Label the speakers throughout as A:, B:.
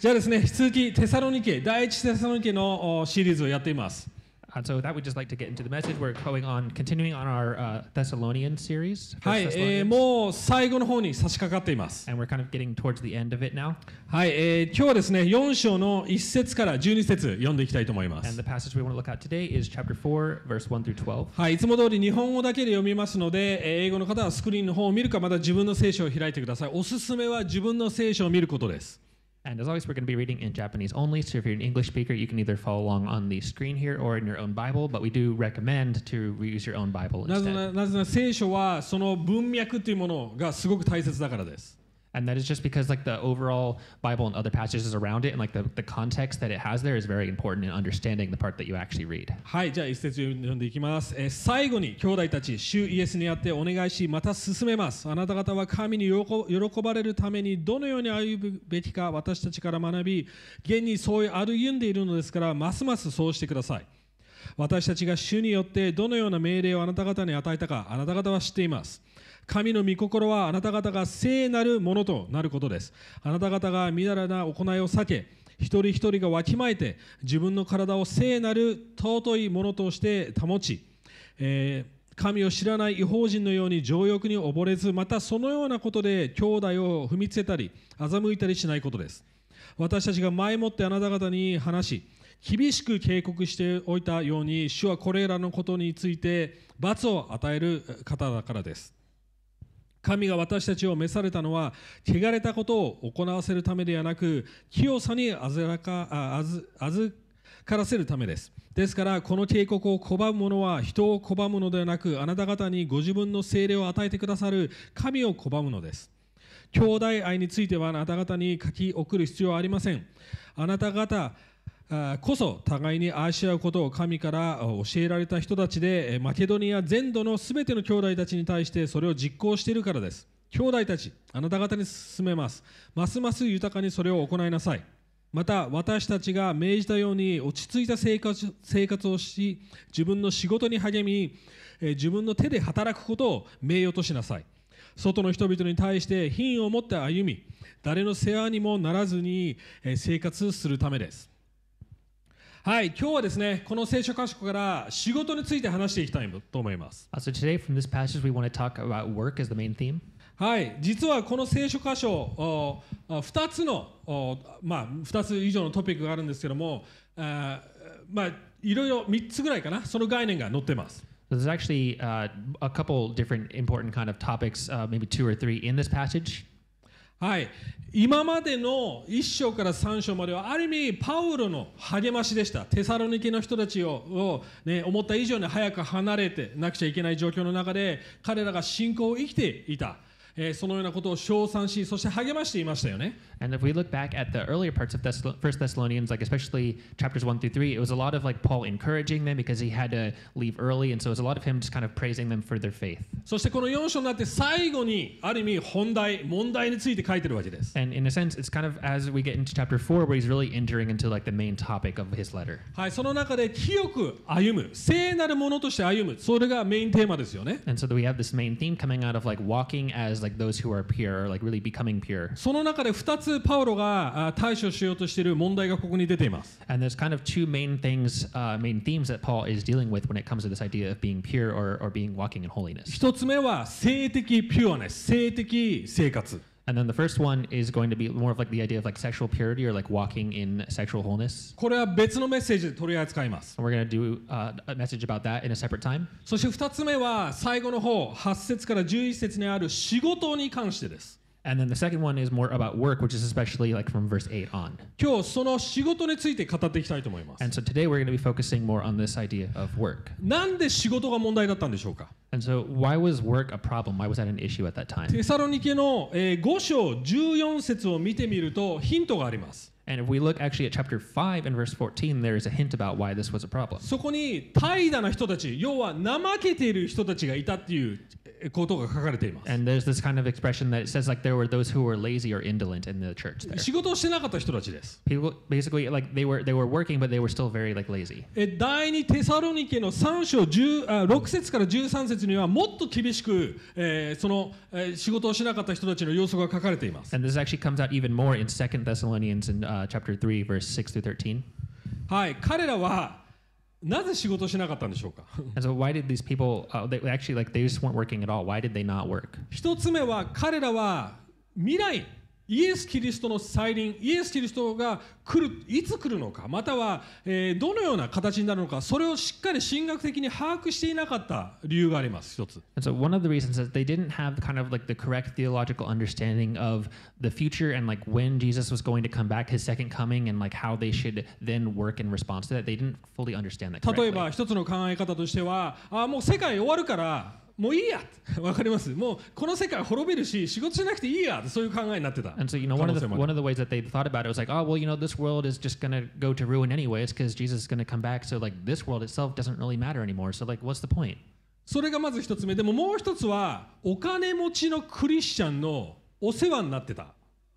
A: じゃあですね、引き続きテサロニケ、第一テサロニケのおシリーズをやっています。
B: And so with that, we just like to get into the message. We're going on, continuing on our uh, Thessalonian series. 1
A: はい、えー
B: Thessalonians.
A: もう最後の方に差し掛かっています。
B: and we're kind of getting towards the end of it now.
A: はい、えー今日はですね、4章の1節から12節読んでいきたいと思いま
B: And
A: す
B: the。passage we want to look at today is chapter 4, verse 1 through 12.
A: はい、いつも通り日本語だけで読みますので、えー英語の方はスクリーンの方を見るか、また自分の聖書を開いてください。おすすめは自分の聖書を見ることです。
B: And as always, we're going to be reading in Japanese only. So if you're an English speaker, you can either follow along on the screen here or in your own Bible. But we do recommend to use your own Bible
A: なぜ
B: instead.
A: ななぜなら聖書はその文脈というものがすごく大切だからです。
B: And that is just because like the overall Bible and other passages around it and like the, the context that it has there is very important in understanding the part that you actually read.
A: はい、じゃあ一節読んでいきます。えー最後に兄弟たち、主イエスにあってお願いし、また進めます。あなた方は神に喜喜ばれるためにどのように歩むべきか私たちから学び、現にそう歩んでいるのですから、ますますそうしてください。私たちが主によってどのような命令をあなた方に与えたか、あなた方は知っています。神の御心はあなた方が聖なるものとなることです。あなた方がみだらな行いを避け、一人一人がわきまえて、自分の体を聖なる尊いものとして保ち、えー神を知らない違法人のように情欲に溺れず、またそのようなことで兄弟を踏みつけたり、欺いたりしないことです。私たちが前もってあなた方に話し厳しく警告しておいたように主はこれらのことについて罰を与える方だからです神が私たちを召されたのは汚れたことを行わせるためではなく清さにあずらかああずあずからせるためですですからこの警告を拒む者は人を拒むのではなくあなた方にご自分の精霊を与えてくださる神を拒むのです兄弟愛についてはあなた方に書き送る必要はありません。あなた方あーこそ互いに愛し合うことを神からあー教えられた人たちでえーマケドニア全土のすべての兄弟たちに対してそれを実行しているからです。兄弟たち、あなた方に進めます。ますます豊かにそれを行いなさい。また私たちが命じたように落ち着いた生活生活をし自分の仕事に励みえー自分の手で働くことを名誉としなさい外の人々に対して品を持って歩み誰の世話にもならずにえー生活するためですはい今日はですねこの聖書箇所から仕事について話していきたいと思います
B: Uh, so today from this passage, we want to talk about work as the main theme.
A: はい実はこの聖書箇所2つのおまあ2つ以上のトピックがあるんですけどもあーまあいろいろ3つぐらいかなその概念が載ってます
B: So there's actually uh, a couple different important kind of topics, uh, maybe two or three in this passage.
A: はい、今までの1章から3章まではある意味パウロの励ましでしたテサロニケの人たちををね、思った以上に早く離れてなくちゃいけない状況の中で彼らが信仰を生きていた、えーそのようなことを称賛しそして励ましていましたよね
B: And if we look back at the earlier parts of Thessal- First Thessalonians, like especially chapters one through three, it was a lot of like Paul encouraging them because he had to leave early, and so it was a lot of him just kind of praising them for their faith.
A: そしてこの4章になって最後にある意味本題問題について書いてるわけです
B: And in a sense, it's kind of as we get into chapter four, where he's really entering into like the main topic of his letter.
A: はい、その中で清く歩む聖なるものとして歩むそれがメインテーマですよね
B: And so that we have this main theme coming out of like walking as like those who are pure, or like really becoming pure.
A: その中で2つパウロがあ対処しようとしている問題がここに出ています。
B: And there's kind of two main things, uh, main themes that Paul is dealing with when it comes to this idea of being pure or, or being walking in holiness.
A: 1つ目は性的ピュアネス、性的生活。
B: And then the first one is going to be more of like the idea of like sexual purity or like walking in sexual wholeness.
A: これは別のメッセージで取り扱います。
B: And we're going to do uh, a message about that in a separate time.
A: そして2つ目は最後の方、8節から11節にある仕事に関してです。
B: And then the second one is more about work, which is especially like from verse 8 on.
A: 今日その仕事について語っていきたいと思います。
B: And so today we're going to be focusing more on this idea of work.
A: なんで仕事が問題だったんでしょうか
B: And so, why was work a problem? Why was that an issue at that time?
A: テサロニケの、え5章14節を見てみるとヒントがあります。
B: And if we look actually at chapter 5 and verse 14, there is a hint about why this was a problem.
A: そこに怠惰な人たち、要は怠けている人たちがいたっていうえことが書かれています
B: And there's this kind of expression that it says like there were those who were lazy or indolent in the church there.
A: 仕事をしてなかった人たちです。
B: People basically like they were they were working but they were still very like lazy.
A: え第2テサロニケの3章10あ6節から13節にはもっと厳しく、えーその、えー仕事をしなかった人たちの様子が書かれています。
B: And this actually comes out even more in 2 Thessalonians in uh, chapter 3 verse 6 through 13.
A: はい、彼らはなぜ仕事をしなかったんでしょうか
B: And so why did these people uh, they actually like they just weren't working at all? Why did they not work?
A: 一つ目は彼らは未来イエス・キリストの再臨イエス・キリストが来るいつ来るのかまたは、えーどのような形になるのかそれをしっかり神学的に把握していなかった理由があります一つ
B: And so one of the reasons is they didn't have kind of like the correct theological understanding of the future and like when Jesus was going to come back, his second coming, and like how they should then work in response to that. They didn't fully understand that.
A: 例え
B: Correctly.
A: ば一つの考え方としてはあーもう世界終わるからもういいやわかりますもうこの世界滅びるし仕事しなくていいやそういう考えになってた
B: And so you know one of the
A: 可能性もある。
B: one of the ways that they thought about it was like, oh well, you know this world is just gonna go to ruin anyways because Jesus is gonna come back. So like this world itself doesn't really matter anymore. So like what's the point?
A: それがまず一つ目でももう一つはお金持ちのクリスチャンのお世話になってたっ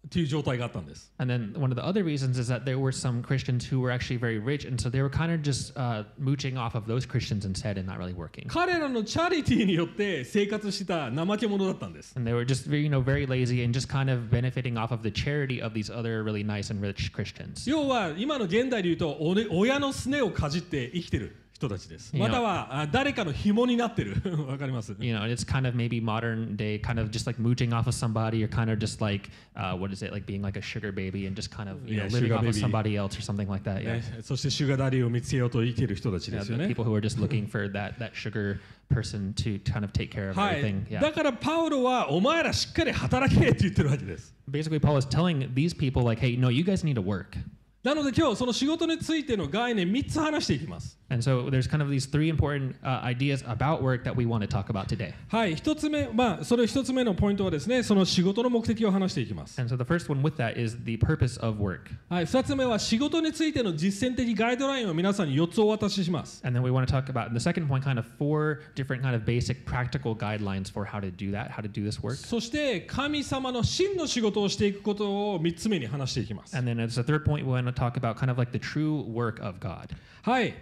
A: ていう状態があったんです
B: And then one of the other reasons is that there were some Christians who were actually very rich, and so they were kind of just uh, mooching off of those Christians instead and not really working.
A: 彼らのチャリティーによって生活してた怠け者だったんです
B: And they were just very, you know very lazy and just kind of benefiting off of the charity of these other really nice and rich Christians.
A: 要は今の現代で言うとお、ね、親のすねをかじって生きてる人たちです
B: いや
A: またはあ誰かの紐になってる わかります
B: You know, and it's kind of maybe modern day, kind of just like mooching off of somebody, or kind of just like uh, what is it like being like a sugar baby and just kind of you
A: Yeah,
B: know living
A: sugar
B: off of
A: baby.
B: somebody else or something like that. Yeah,
A: ねそしてシュガーダディを見つけようと生きる人たち
B: Yeah,
A: ですよ
B: the
A: ね
B: people who are just looking for that that sugar person to kind of take care of
A: はい
B: everything. Yeah.
A: だからパウロはお前らしっかり働けって言ってるわけです
B: Basically, Paul is telling these people like, hey, no, you guys need to work.
A: なので今日その仕事についての概念3つ話していきます
B: And so there's kind of these three important uh, ideas about work that we want to talk about today.
A: はい1つ目まあそれ1つ目のポイントはですねその仕事の目的を話していきます
B: And so the first one with that is the purpose of work.
A: はい、2つ目は仕事についての実践的ガイドラインを皆さんに4つお渡しします。
B: And then we want to talk about in the second point kind of four different kind of basic practical guidelines for how to do that, how to do this work.
A: そして神様の真の仕事をしていくことを3つ目に話していきます。
B: And then as a third point, we want to talk about kind of like the true work of God.
A: はい、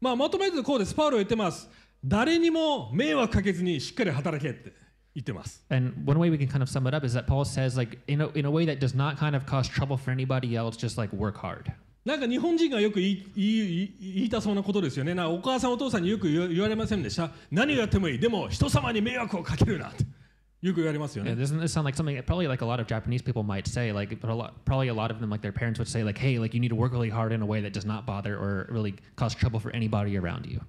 A: まあ、まとめるとこうです。パウロは言ってます。誰にも迷惑かけずにしっかり働けって言ってます。
B: And one way we can kind of sum it up is that Paul says like in a, in a way that does not kind of cause trouble for anybody else, just like work hard.
A: なんか日本人がよく言い言い言い言いたそうなことですよね。なお母さんお父さんによく言わ言われませんでした。何をやってもいい。でも人様に迷惑をかけるなってよく言われますよ
B: Yeah,
A: ね。
B: doesn't this sound like something that probably like a lot of Japanese people might say? Like, but a lot, probably a lot of them, like their parents would say, like, "Hey, like you need to work really hard in a way that does not bother or really cause trouble for anybody around you."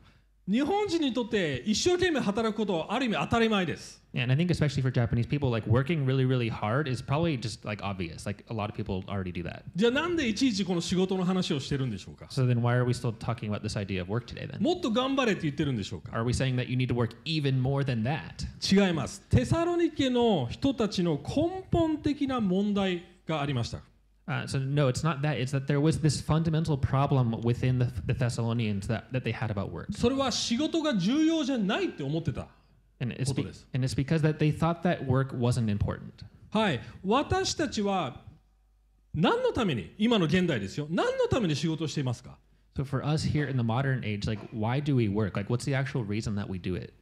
A: 日本人にとって一生懸命働くことはある意味当たり前です。
B: And I think especially for Japanese people, like working really, really hard is probably just like obvious. Like a lot of people already do that.
A: じゃあなんでいちいちこの仕事の話をしてるんでしょうか
B: So then, why are we still talking about this idea of work today? Then
A: もっと頑張れって言ってるんでしょうか
B: are we saying that you need to work even more than that?
A: 違いますテサロニケの人たちの根本的な問題がありました
B: Uh, so no, it's not that. It's that there was this fundamental problem within the, the Thessalonians that, that they had about work.
A: それは仕事が重要じゃないって思ってた
B: And it's, be-
A: Otoless.
B: and it's because that they thought that work wasn't important.
A: はい私たちは何のために今の現代ですよ何のために仕事をしていますか
B: So for us here in the modern age, like why do we work? Like what's the actual reason that we do it?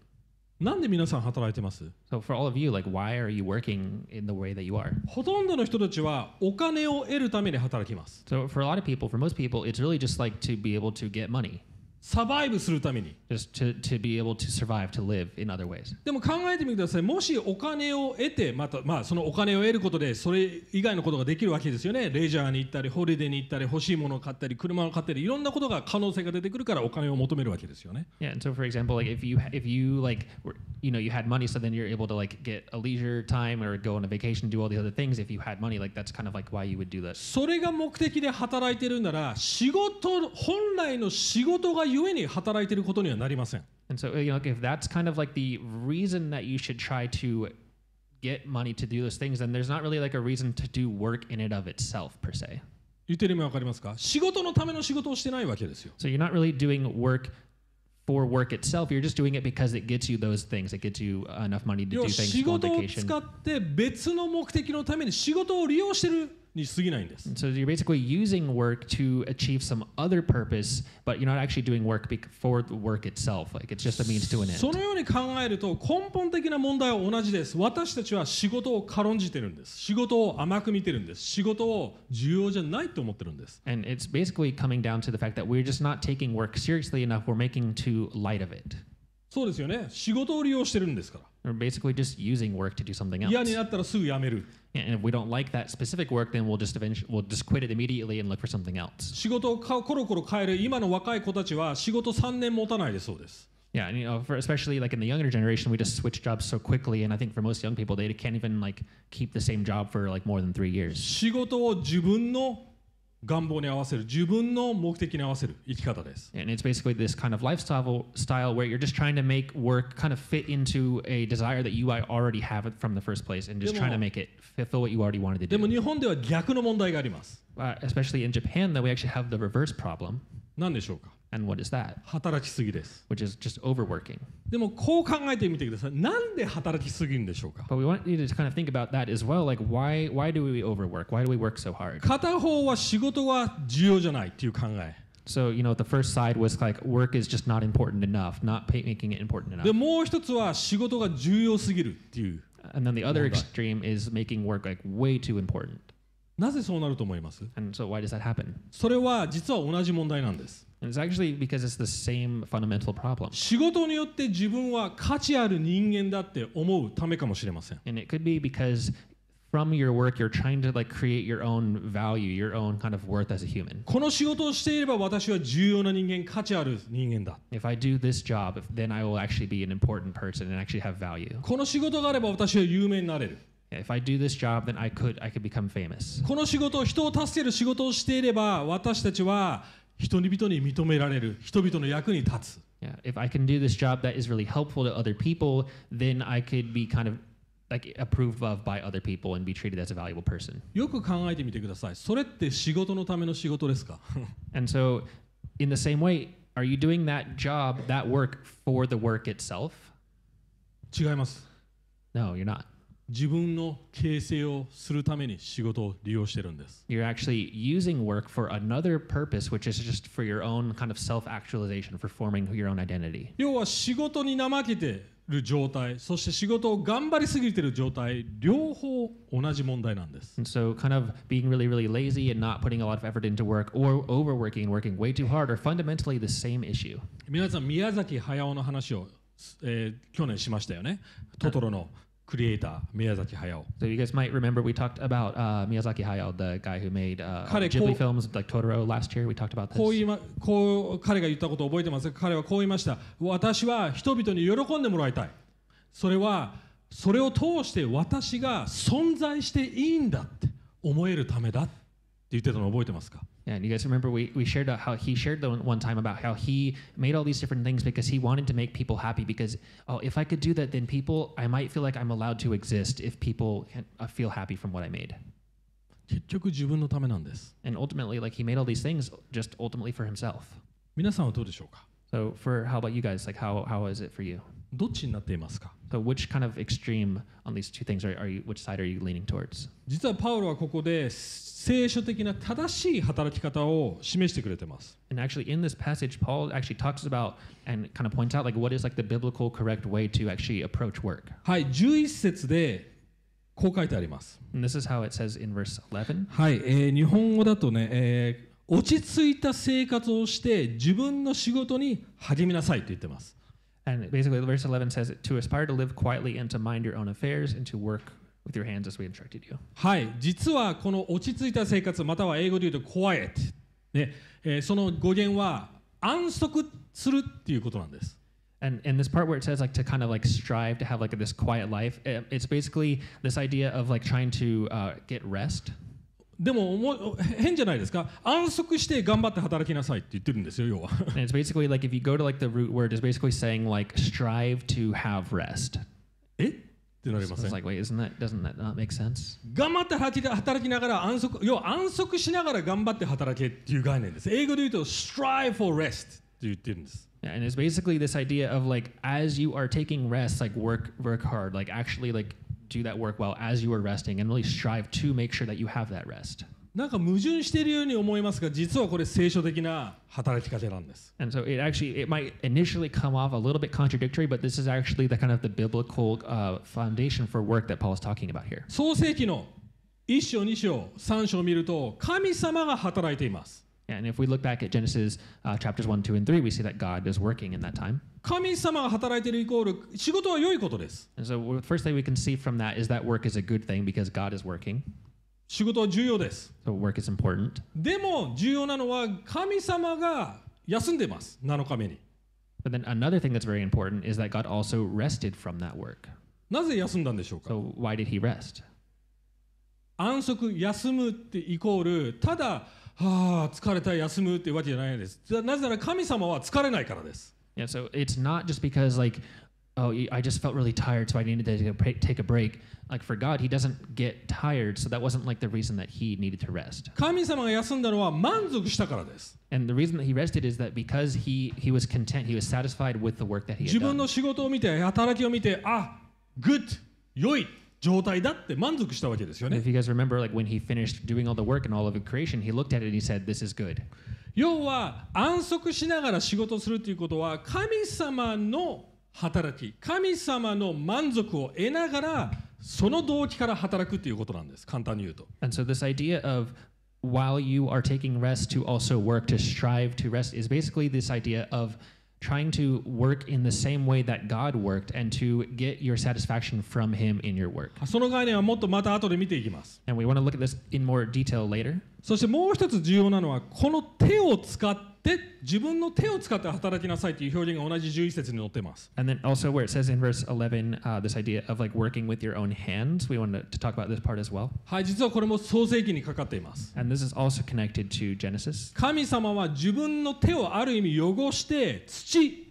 A: なんで皆さん働いてます
B: So for all of you, like why are you working in the way that you are?
A: ほとんどの人たちはお金を得るために働きます
B: So for a lot of people, for most people, it's really just like to be able to get money,
A: サバイブするために
B: just to, to be able to survive, to live in other ways.
A: でも考えてみてくださいもしお金を得てまた、まあ、そのお金を得ることでそれ以外のことができるわけですよねレジャーに行ったりホリデーに行ったり欲しいものを買ったり車を買ったりいろんなことが可能性が出てくるからお金を求めるわけですよね
B: Yeah. And so for example, like if you if you like were, you know you had money, so then you're able to like get a leisure time or go on a vacation, do all the other things. If you had money, like that's kind of like why you would do this.
A: それが目的で働いてるなら仕事本来の仕事がゆえに働いてることにはなりません
B: And so, you know, if that's kind of like the reason that you should try to get money to do those things, then there's not really like a reason to do work in and of itself per se.
A: 言ってる意味わかりますか仕事のための仕事をしてないわけですよ
B: So you're not really doing work for work itself. You're just doing it because it gets you those things. It gets you enough money to
A: 要は
B: do things
A: 仕
B: go on
A: 事を
B: vacation.
A: 使って別の目的のために仕事を利用してるに過ぎないんです
B: So you're basically using work to achieve some other purpose, but you're not actually doing work bec- for the work itself. Like it's just a means to an
A: そ
B: end.
A: のように考えると根本的な問題は同じです私たちは仕事を軽んじてるんです仕事を甘く見てるんです仕事を重要じゃないと思ってるんです
B: And it's basically coming down to the fact that we're just not taking work seriously enough. We're making too light of it.
A: そうですよね仕事を利用してるんですか
B: We're basically just using work to do something
A: ら
B: else.
A: 嫌になったらすぐ辞める
B: And if we don't like that specific work, then we'll just eventually we'll just quit it immediately and look for something else.
A: 仕事をかコロコロ変える今の若い子たちは仕事3年持たないでそうです
B: Yeah, and you know, for especially like in the younger generation, we just switch jobs so quickly, and I think for most young people, they can't even like keep the same job for like more than three years.
A: 仕事を自分の願望に合わせる自分の目的に合わせる生き方です
B: And it's basically this kind of lifestyle style where you're just trying to make work kind of fit into a desire that you already have it from the first place, and just trying to make it fulfill what you already wanted to
A: でも
B: do.
A: 日本では逆の問題があります
B: Uh, especially in Japan, though, we actually have the reverse problem.
A: 何でしょうか
B: And what is that?
A: 働きすぎです
B: Which is just overworking.
A: でもこう考えてみてくださいなんで働きすぎるんでしょうか
B: But we want you to kind of think about that as well. Like, why why do we overwork? Why do we work so hard?
A: 片方は仕事は重要じゃないっていう考え
B: So you know, the first side was like work is just not important enough, not pay, making it important enough.
A: でもう一つは仕事が重要すぎるっていう
B: and then the other
A: Well done.
B: extreme is making work like way too important.
A: なぜそうなると思います
B: And so why does that happen?
A: それは実は同じ問題なんです
B: And it's actually because it's the same fundamental problem.
A: 仕事によって自分は価値ある人間だって思うためかもしれません
B: And it could be because from your work you're trying to like create your own value, your own kind of worth as a human.
A: この仕事をしていれば私は重要な人間価値ある人間だ
B: If I do this job, if, then I will actually be an important person and actually have value.
A: この仕事があれば私は有名になれる
B: If I do this job, then I could I could become famous.
A: この仕事を人を助ける仕事をしていれば私たちは人々に認められる人々の役に立つ
B: Yeah, if I can do this job that is really helpful to other people, then I could be kind of like approved of by other people and be treated as a valuable person.
A: よく考えてみてくださいそれって仕事のための仕事ですか
B: And so, in the same way, are you doing that job, that work for the work itself?
A: 違います。
B: No, you're not.
A: 自分の形成をするために仕事を利用してるんです。
B: You're actually using work for another purpose, which is just for your own kind of self actualization, for forming your own identity.
A: 要は仕事に怠けてる状態、そして仕事を頑張りすぎてる状態、両方同じ問題なんです。
B: And so, kind of being really, really lazy and not putting a lot of effort into work, or overworking and working way too hard, are fundamentally the same issue.
A: 皆さん、宮崎駿の話を、えー去年しましたよね。トトロのクリエイター、宮崎駿。
B: So you guys might remember we talked about uh, Miyazaki Hayao, the guy who made uh,
A: Kare,
B: Ghibli
A: ko-
B: films like Totoro last year. We talked about
A: こう
B: this.
A: 言いま、こう彼が言ったことを覚えてますか彼はこう言いました私は人々に喜んでもらいたいそれはそれを通して私が存在していいんだって思えるためだって言ってたの覚えてますか
B: Yeah, and you guys remember we, we shared out how he shared the one, one time about how he made all these different things because he wanted to make people happy because oh if I could do that then people I might feel like I'm allowed to exist if people can, uh, feel happy from what I made.
A: 結局自分のためなんです
B: And ultimately like he made all these things just ultimately for himself.
A: 皆さんはどうでしょうか
B: So for how about you guys like how how is it for you?
A: どっちになっていますか
B: So which kind of extreme on these two things are, are you which side are you leaning towards?
A: 実はパウロはここで聖書的な正しい働き方を示してくれてます
B: And actually, in this passage, Paul actually talks about and kind of points out like what is like the biblical correct way to actually approach work.
A: はい11節でこう書いてあります
B: And this is how it says in verse 11.
A: はい、えー日本語だとね、えー落ち着いた生活をして自分の仕事に励みなさいと言ってます。
B: And basically, verse 11 says to aspire to live quietly and to mind your own affairs and to work with your hands as we instructed you.
A: はい、実はこの落ち着いた生活、または英語で言うと quiet、ねえーその語源は安息するっていうことなんです。
B: And in this part where it says like to kind of like strive to have like this quiet life, eh, it's basically this idea of like trying to uh, get rest.
A: でもおも変じゃないですか安息して頑張って働きなさいって言ってるんですよ、要は。
B: And it's basically like if you go to like the root word, it's basically saying like strive to have rest.
A: えってなり
B: So
A: ま
B: it's
A: せん。
B: like, wait, isn't that doesn't that not make sense?
A: 頑張って働き働きながら安息、要は安息しながら頑張って働けっていう概念です。英語で言うと strive for rest って
C: 言ってるんです。
B: Yeah, and it's basically this idea of like as you are taking rest, like work work hard, like actually like do that work well as you are resting, and really strive to make sure that you have that rest.
A: なんか矛盾しているように思いますが実はこれ聖書的な働き方なんです
B: And so it actually it might initially come off a little bit contradictory, but this is actually the kind of the biblical uh, foundation for work that Paul is talking about here.
A: 創世記の1章2章3章を見ると神様が働いています
B: And if we look back at Genesis uh, chapters one, two, and three, we see that God is working in that time.
A: 神様が働いているイコール仕事は良いことです
B: And so the first thing we can see from that is that work is a good thing because God is working.
A: 仕事は重要です
B: So work is important.
A: でも重要なのは神様が休んでます7日目に
B: But then another thing that's very important is that God also rested from that work.
A: なぜ休んだんでしょうか
B: So why did he rest?
A: 安息休むってイコールただはあ疲れた休むってわけじゃないんですだなぜなら神様は疲れないからです
B: Yeah, so it's not just because like, oh, I just felt really tired, so I needed to take a break- take a break. Like for God, He doesn't get tired, so that wasn't like the reason that He needed to rest.
A: 神様が休んだのは満足したからです
B: And the reason that He rested is that because He He was content, He was satisfied with the work that He
A: 自
B: had
A: 分
B: done.
A: の仕事を見て働きを見てあグッド良い状態だって満足したわけですよ
B: And
A: ね
B: if you guys remember, like when He finished doing all the work and all of creation, He looked at it and He said, "This is good."
A: 要は安息しながら仕事をするということは神様の働き神様の満足を得ながらその動機から働くということなんです簡単に言うと
B: And so this idea of while you are taking rest to also work to strive to rest is basically this idea of trying to work in the same way that God worked and to get your satisfaction from him in your work.
A: その概念はもっとまた後で見ていきます
B: And we want to look at this in more detail later.
A: そしてもう一つ重要なのはこの手を使って自分の手を使って働きなさいという表現が同じ11節に載っています
B: And then also where it says in verse 11 uh, this idea of like working with your own hands, we wanted to talk about this part as well.
A: はい実はこれも創世記にかかっています
B: And this is also connected to Genesis.
A: 神様は自分の手をある意味汚して土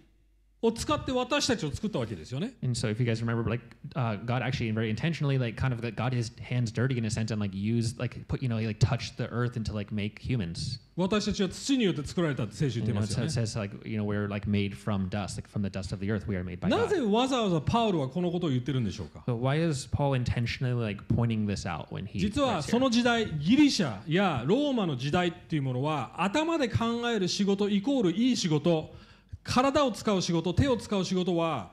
A: を使って私たちを作ったわけですよね
B: And so, if you guys remember, like uh, God actually very intentionally, like kind of like got his hands dirty in a sense, and like used, like put, you know, he like touched the earth and to like make humans.
A: 私たちは土によって作られたって聖書言って
B: You know,
A: ま
B: it
A: すよね。
B: says, says like you know we're like made from dust, like from the dust of the earth, we are made by
A: な
B: God.
A: ぜわざわざパウロはこのことを言ってるんでしょうか
B: So why is Paul intentionally like pointing this out when he?
A: 実は
B: writes
A: そ
B: here?
A: の時代ギリシャやローマの時代っていうものは頭で考える仕事イコールいい仕事体を使う仕事手を使う仕事は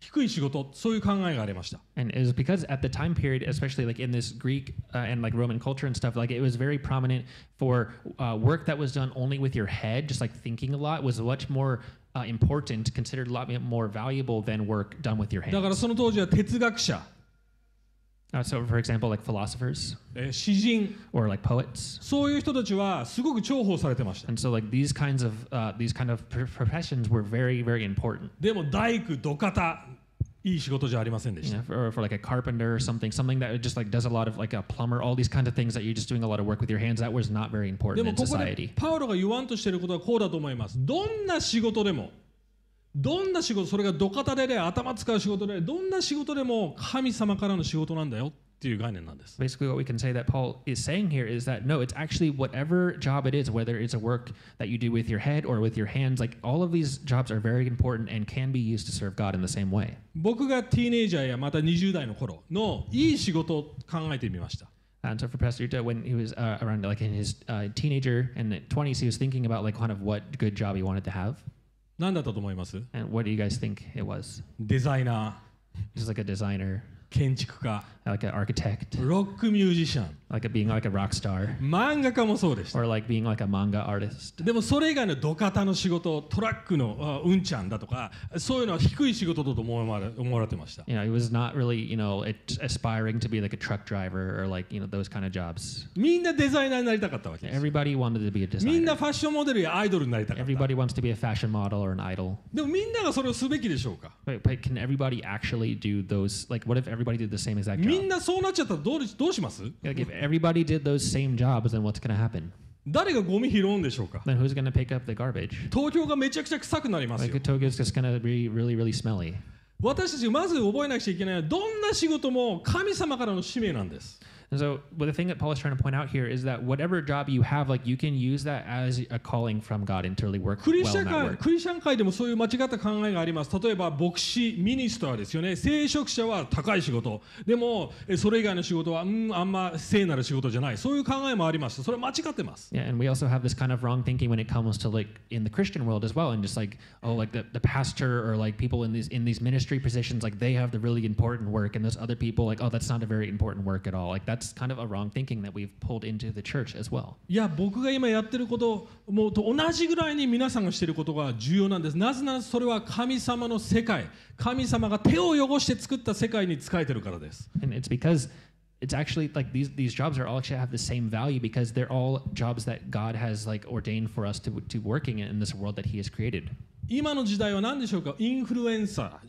A: 低い仕事そういう考えがありました
B: And it was because at the time period, especially like in this Greek uh, and like Roman culture and stuff, like it was very prominent for uh, work that was done only with your head, just like thinking a lot, was much more uh, important, considered a lot more valuable than work done with your
A: だから
B: hands.
A: その当時は哲学者
B: Uh, so, for example, like philosophers
A: えー詩人
B: or like poets.
A: そういう人たちはすごく重宝されてました
B: And so, like these kinds of uh, these kind of pr- professions were very, very important.
A: でも大工土方いい仕事じゃありませんでした
B: You know, for, for like a carpenter or something, something that just like does a lot of like a plumber, all these kinds of things that you're just doing a lot of work with your hands. That was not very
A: で
B: important
A: も
B: in
A: ここ
B: society.
A: でパウロが言わんとしていることはこうだと思います。どんな仕事でも、どんな仕事、それが土方でね、頭使う仕事で、どんな仕事でも神様からの仕事なんだよっていう概念なんです。
B: Basically, what we can say that Paul is saying here is that no, it's actually whatever job it is, whether it's a work that you do with your head or with your hands, like all of these jobs are very important and can be used to serve God in the same way.
A: 僕がティーネイジャーやまた20代の頃のいい仕事を考えてみました。
B: And so for Pastor Yuta, when he was uh, around like in his uh, teenager and 20s, he was thinking about like kind of what good job he wanted to have.
A: 何だったと思います
B: And what do you guys think it was?
A: デザイナ
B: Just like a
A: ー、
B: designer,
A: 建築家、
B: like an architect,
A: ロックミュージシャン、
B: like a, being like a rock star,
A: 漫画家もそうでした。
B: or like being like a manga artist.
A: でもそれ以外の土方の仕事、トラックのあうんちゃんだとか、そういうのは低い仕事だと思われ思われてました。
B: You know, he was not really, you know, it, aspiring to be like a truck driver or like, you know, those kind of jobs.
A: みんなデザイナーになりたかったわけですよ。
B: Everybody wanted to be a
A: みん
B: designer.
A: なファッションモデルやアイドルになりたかった。
B: Everybody wants to be a fashion model or an idol.
A: でもみんながそれをすべきでしょうか
B: But, but can everybody actually do those? Like, what if everybody did the same exact
A: みん
B: job?
A: なそうなっちゃったらどうでどうします
B: Like, if everybody did those same jobs, then what's going to happen?
A: 誰がゴミ拾うんでしょうか
B: Then who's going to pick up the garbage?
A: 東京がめちゃくちゃ臭くなります
B: Like,
A: よ。
B: Tokyo's just going to be really, really smelly.
A: 私たちまず覚えなくちゃいけないのはどんな仕事も神様からの使命なんです。
B: And so, well, the thing that Paul is trying to point out here is that whatever job you have, like you can use that as a calling from God and to really work
A: クリス
B: well
A: チャ
B: in
A: ン
B: that
A: 界
B: work.
A: クリスチャン界でもそういう間違った考えがあります例えば牧師ミニスターですよね聖職者は高い仕事でもえそれ以外の仕事は、うん、あんま聖なる仕事じゃないそういう考えもありましたそれは間違ってます
B: Yeah, and we also have this kind of wrong thinking when it comes to like in the Christian world as well, and just like oh, like the, the pastor or like people in these in these ministry positions, like they have the really important work, and those other people like oh, that's not a very important work at all. Like that's kind of a wrong thinking that we've pulled into the church as well.
A: いや僕が今やってることもうと同じぐらいに皆さんがしていることが重要なんですなぜならそれは神様の世界神様が手を汚して作った世界に仕えてるからです
B: and it's because it's actually like these these jobs are all actually have the same value because they're all jobs that God has like ordained for us to to working in, in this world that He has created.
A: 今の時代は何でしょうかインフルエンサー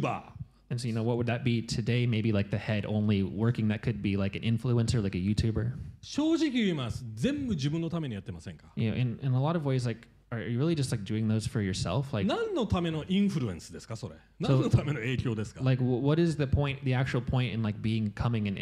A: YouTuber
B: And so you know what would that be today? Maybe like the head only working that could be like an influencer, like a YouTuber.
A: 正直言います全部自分のためにやってませんか
B: You know, in in a lot of ways, like are you really just like doing those for yourself? Like
A: 何のためのインフルエンスですかそれ何のための影響ですか
B: like wh- what is the point? The actual point in like being coming an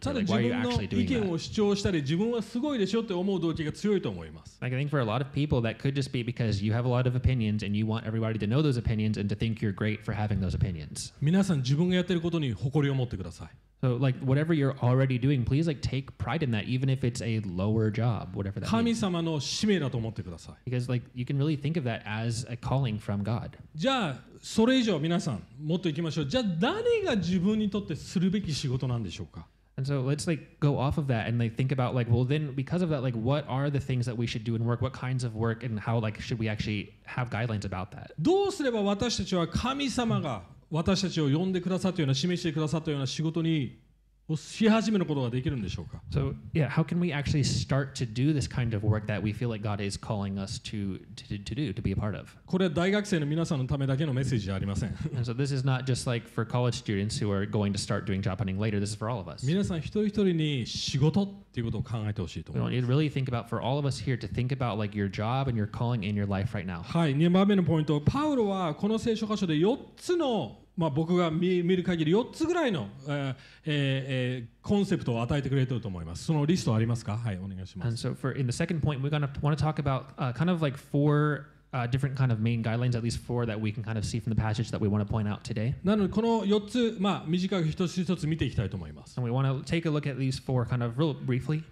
A: た
B: influencer?
A: だ
B: Like
A: 自
B: why are you
A: 分の
B: actually
A: 意
B: doing
A: 見
B: that?
A: を主張したり自分はすごいでしょって思う動機が強いと思います
B: Like I think for a lot of people that could just be because you have a lot of opinions and you want everybody to know those opinions and to think you're great for having those opinions.
A: 皆さん自分がやってることに誇りを持ってください
B: So like whatever you're already doing, please like take pride in that, even if it's a lower job, whatever that
A: 神
B: means.
A: 様の使命だと思ってください
B: Because like you can really think of that as a calling from God.
A: じゃあそれ以上皆さんもっといきましょうじゃあ誰が自分にとってするべき仕事なんでしょうか
B: And so let's like go off of that and like think about like, well then because of that, like what are the things that we should do in work? What kinds of work and how like should we actually have guidelines about that?
A: どうすれば私たちは神様が私たちを呼んでくださったような示してくださったような仕事にをし始めることができるんでしょうか
B: So yeah, how can we actually start to do this kind of work that we feel like God is calling us to to, to do, to be a part of?
A: これは大学生の皆さんのためだけのメッセージじゃありません
B: And so this is not just like for college students who are going to start doing job hunting later. This is for all of us.
A: 皆さん一人一人に仕事っていうことを考えてほしいと
B: We
A: 思いま
B: want you to really think about for all of us here to think about like your job and your calling in your life right now.
A: す。はい、2番目のポイント、パウロはこの聖書箇所で4つの、まあ、僕が見見る限り4つぐらいの、えーえーえーコンセプトを与えてくれてると思います。そのリストありますかはい、お願いします。
B: And so for in the second point, we're gonna want to talk about uh, kind of like four uh, different kind of main guidelines, at least four that we can kind of see from the passage that we want to point out today.
A: なので、この4つ、まあ、短く一つ一つ見ていきたいと思います。
B: And we want to take a look at these four kind of real briefly.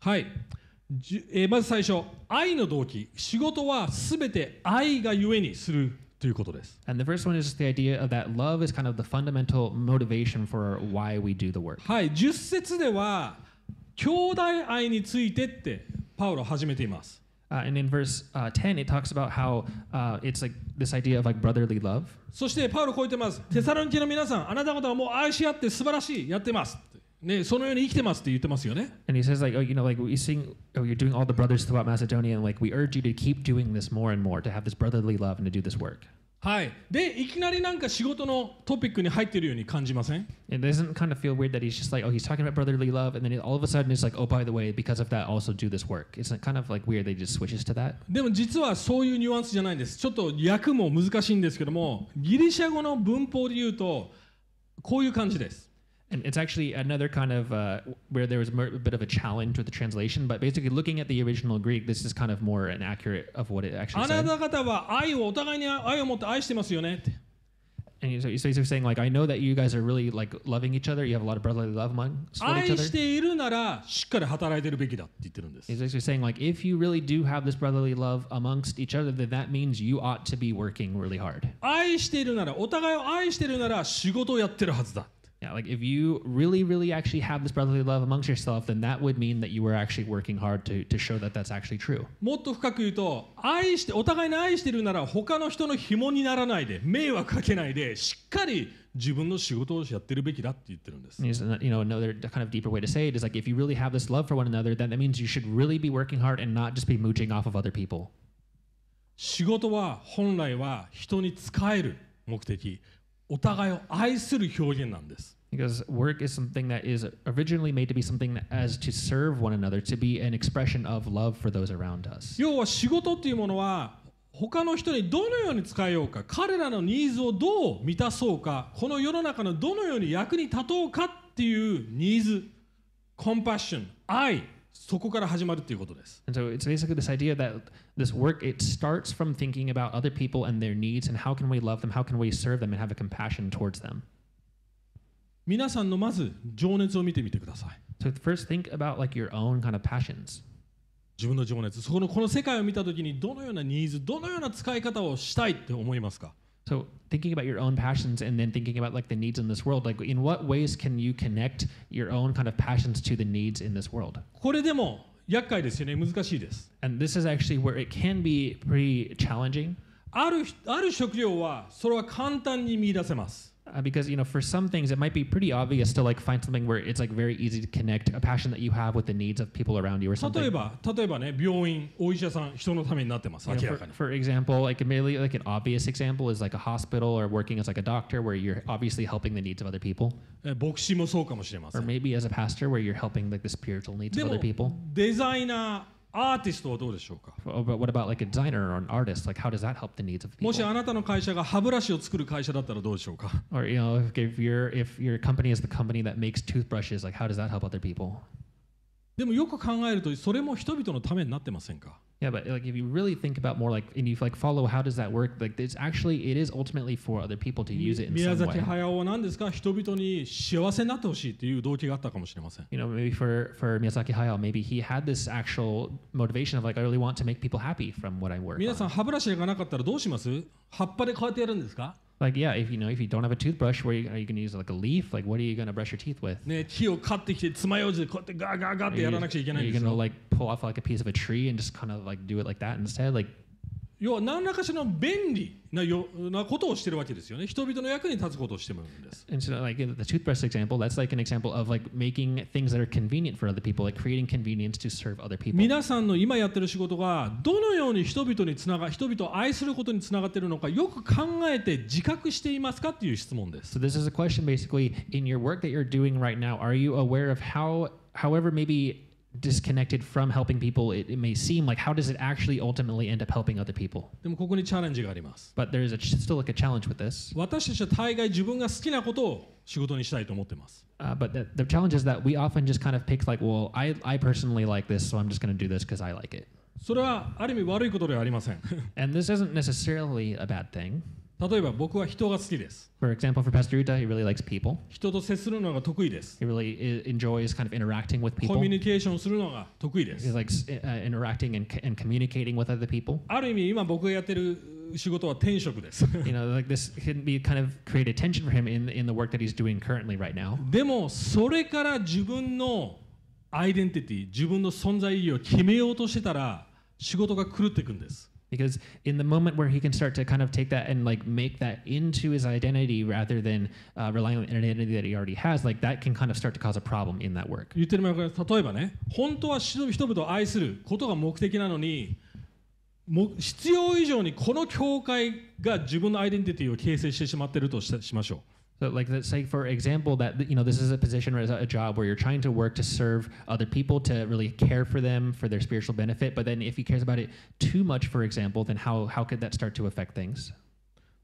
A: はい、じゅえーまず最初、愛の動機。仕事はすべて愛がゆえにするということです。
B: And the first one is just the idea of that love is kind of the fundamental motivation for why we do the work.
A: はい、10節では兄弟愛についてってパウロ始めています。
B: Uh, and in verse uh, 10, it talks about how uh, it's like this idea of like brotherly love.
A: そしてパウロこう言ってます。テサロニキの皆さん、あなた方はもう愛し合って素晴らしい、やってます。ね、そのように生きてますって言ってますよね。
B: And he says, like, oh, you know, like we sing, oh, you're doing all the brothers throughout Macedonia, and like we urge you to keep doing this more and more, to have this brotherly love and to do this work.
A: はい。で、いきなりなんか仕事のトピックに入ってるように感じません
B: It doesn't kind of feel weird that he's just like, oh, he's talking about brotherly love, and then all of a sudden it's like, oh, by the way, because of that, also do this work. It's kind of like weird that he just switches to that.
A: でも実はそういうニュアンスじゃないんです。ちょっと訳も難しいんですけども、ギリシャ語の文法で言うと、こういう感じです。
B: And it's actually another kind of uh, where there was a mer- bit of a challenge with the translation, but basically looking at the original Greek, this is kind of more an accurate of what it
A: あ
B: actually
A: な
B: said.
A: た方は愛をお互いに愛を持って愛してますよねって。
B: And so, so he's saying like, I know that you guys are really like loving each other. You have a lot of brotherly love amongst one
A: 愛
B: each other.
A: しているならしっかり働いてるべきだって言ってるんです
B: He's actually saying like if you really do have this brotherly love amongst each other, then that means you ought to be working really hard.
A: 愛しているならお互いを愛しているなら仕事をやってるはずだ
B: Yeah, like if you really, really actually have this brotherly love amongst yourself, then that would mean that you were actually working hard to to show that that's actually true.
A: もっと深く言うと愛してお互いに愛しているなら他の人の紐にならないで迷惑かけないでしっかり自分の仕事をやってるべきだって言ってるんです
B: And he's- you know, another kind of deeper way to say it is like if you really have this love for one another, then that means you should really be working hard and not just be mooching off of other people.
A: 仕事は本来は人に仕える目的お互いを愛する表現なんです
B: Because work is something that is originally made to be something that, as to serve one another, to be an expression of love for those around us.
A: 要は仕事っていうものは他の人にどのように使えようか彼らのニーズをどう満たそうかこの世の中のどのように役に立とうかっていうニーズ compassion 愛そこから始まるということです
B: And so it's basically this idea that this work it starts from thinking about other people and their needs and how can we love them, how can we serve them and have a compassion towards them.
A: 皆さんのまず情熱を見てみてください
B: So first think about like your own kind of passions.
A: 自分の情熱そこのこの世界を見た時にどのようなニーズどのような使い方をしたいって思いますか
B: So thinking about your own passions and then thinking about like the needs in this world, like in what ways can you connect your own kind of passions to the needs in this world?
A: これでも厄介ですよね難しいです
B: And this is actually where it can be pretty challenging
A: あるある職業はそれは簡単に見出せます
B: uh, because you know for some things it might be pretty obvious to like find something where it's like very easy to connect a passion that you have with the needs of people around you or
A: 例え
B: something.
A: ば例えばね病院お医者さん人のためになってます
B: You
A: 明
B: know,
A: ら
B: for,
A: かに
B: for example, like a merely like an obvious example is like a hospital or working as like a doctor where you're obviously helping the needs of other people,
A: え牧師もそうかもしれませ
B: or
A: ん
B: maybe as a pastor where you're helping like the spiritual needs
A: で
B: of
A: も
B: other people.
A: デザイナーアーティストはどうでしょうか
B: Oh, but what about like a designer or an artist? Like, how does that help the needs of
A: もし
B: people?
A: あなたの会社が歯ブラシを作る会社だったらどうでしょうか
B: Or you know, if, if your if your company is the company that makes toothbrushes, like how does that help other people?
A: でもよく考えるとそれも人々のためになってませんか
B: Yeah, but like if you really think about more like and you like follow how does that work? Like it's actually it is ultimately for other people to use it in
A: 宮
B: some
A: 崎
B: way.
A: 駿は何ですか人々に幸せになってほしいという動機があったかもしれません
B: You know, maybe for for Miyazaki Hayao, maybe he had this actual motivation of like I really want to make people happy from what I work.
A: 皆さ
B: On.
A: ん歯ブラシがなかったらどうします葉っぱでこうやってやるんですか
B: Like yeah, if you know if you don't have a toothbrush, where you, are you going to use like a leaf? Like what are you going to brush your teeth with?
A: ね木を刈ってきて爪楊枝でこうやってガーガーガーっ
B: Are
A: て
B: you,
A: やらなくちゃいけ
B: are
A: ないん
B: you
A: です
B: going to
A: よ
B: like pull off like a piece of a tree and just kind of like do it like that instead? Like
A: 要は何らかしらの便利なよなことをしてるわけですよね人々の役に立つことをしてるんです
B: And so, like the toothbrush example, that's like an example of like making things that are convenient for other people, like creating convenience to serve other people.
A: 皆さんの今やってる仕事がどのように人々につなが人々を愛することにつながっているのかよく考えて自覚していますかっていう質問です
B: So this is a question basically in your work that you're doing right now. Are you aware of how, however, maybe disconnected from helping people it, it may seem like how does it actually ultimately end up helping other people?
A: でもここにチャレンジがあります
B: But there is a ch- still like a challenge with this.
A: 私たちは大概自分が好きなことを仕事にしたいと思ってます
B: Uh, but the, the challenge is that we often just kind of pick like, well, I, I personally like this, so I'm just going to do this because I like it.
A: それはある意味悪いことではありません
B: And this isn't necessarily a bad thing.
A: 例えば僕は人が好きです
B: For example, for Pastor Uta, he really likes people.
A: 人と接するのが得意です。
B: He really i- enjoys kind of interacting with
A: コ
B: people.
A: ミュニケーションするのが得意で
B: He
A: す。
B: likes uh, interacting and, c- and communicating with other people.
A: ある意味、今僕がやってる仕事は転職です。
B: You know, like this can be kind of create a tension for him in in the work that he's doing currently right now.
A: でも、それから自分のアイデンティティ、自分の存在意義を決めようとしてたら、仕事が狂っていくんです。
B: Because in the moment where he can start to kind of take that and like make that into his identity rather than uh, relying on an identity that he already has, like that can kind of start to cause a problem in that work.
A: 言ってる前から例えばね、本当は人々を愛することが目的なのに、も必要以上にこの教会が自分のアイデンティティを形成してしまっているとしたしましょう。
B: So, like, let's say, for example, that you know, this is a position or a job where you're trying to work to serve other people, to really care for them for their spiritual benefit. But then, if he cares about it too much, for example, then how how could that start to affect things?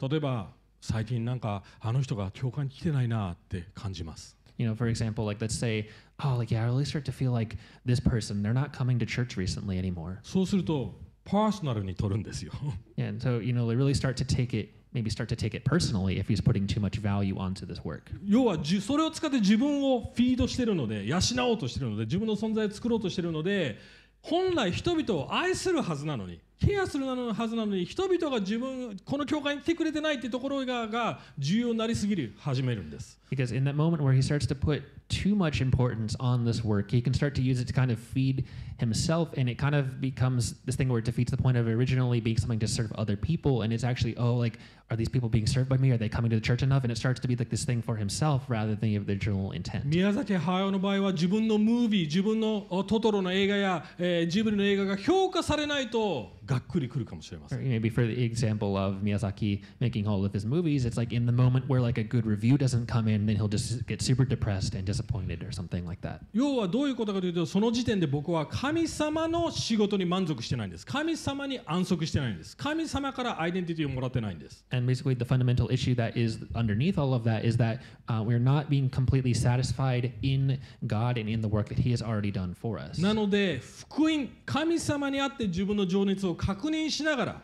A: 例えば最近なんかあの人が教会に来てないなって感じます。
B: You know, for example, like let's say, oh, like yeah, I really start to feel like this person they're not coming to church recently anymore.
A: そうするとパーソナルに取るんですよ。
B: And so, you know, they really start to take it, maybe start to take it personally if he's putting too much value onto this work.
A: 要はじそれを使って自分をフィードしてるので養おうとしてるので自分の存在を作ろうとしてるので本来人々を愛するはずなのにケアするはずなのに人々が自分この教会に来てくれてないってところがが重要になりすぎる始めるんです。
B: Because in that moment where he starts to put too much importance on this work, he can start to use it to kind of feed himself, and it kind of becomes this thing where it defeats the point of originally being something to serve other people, and it's actually oh like are these people being served by me? Are they coming to the church enough? And it starts to be like this thing for himself rather than the original intent.
A: 宮崎駿の場合は自分のムービー自分のおトトロの映画や、えージブリの映画が評価されないとがっくりくるかもしれません
B: Or maybe for the example of Miyazaki making all of his movies, it's like in the moment where like a good review doesn't come in, then he'll just get super depressed and disappointed or something like that.
A: 要はどういうことかというとその時点で僕は神様の仕事に満足してないんです神様に安息してないんです神様からアイデンティティをもらってないんです
B: And basically, the fundamental issue that is underneath all of that is that uh, we're not being completely satisfied in God and in the work that He has already done for us.
A: なので福音神様にあって自分の情熱を確認しながら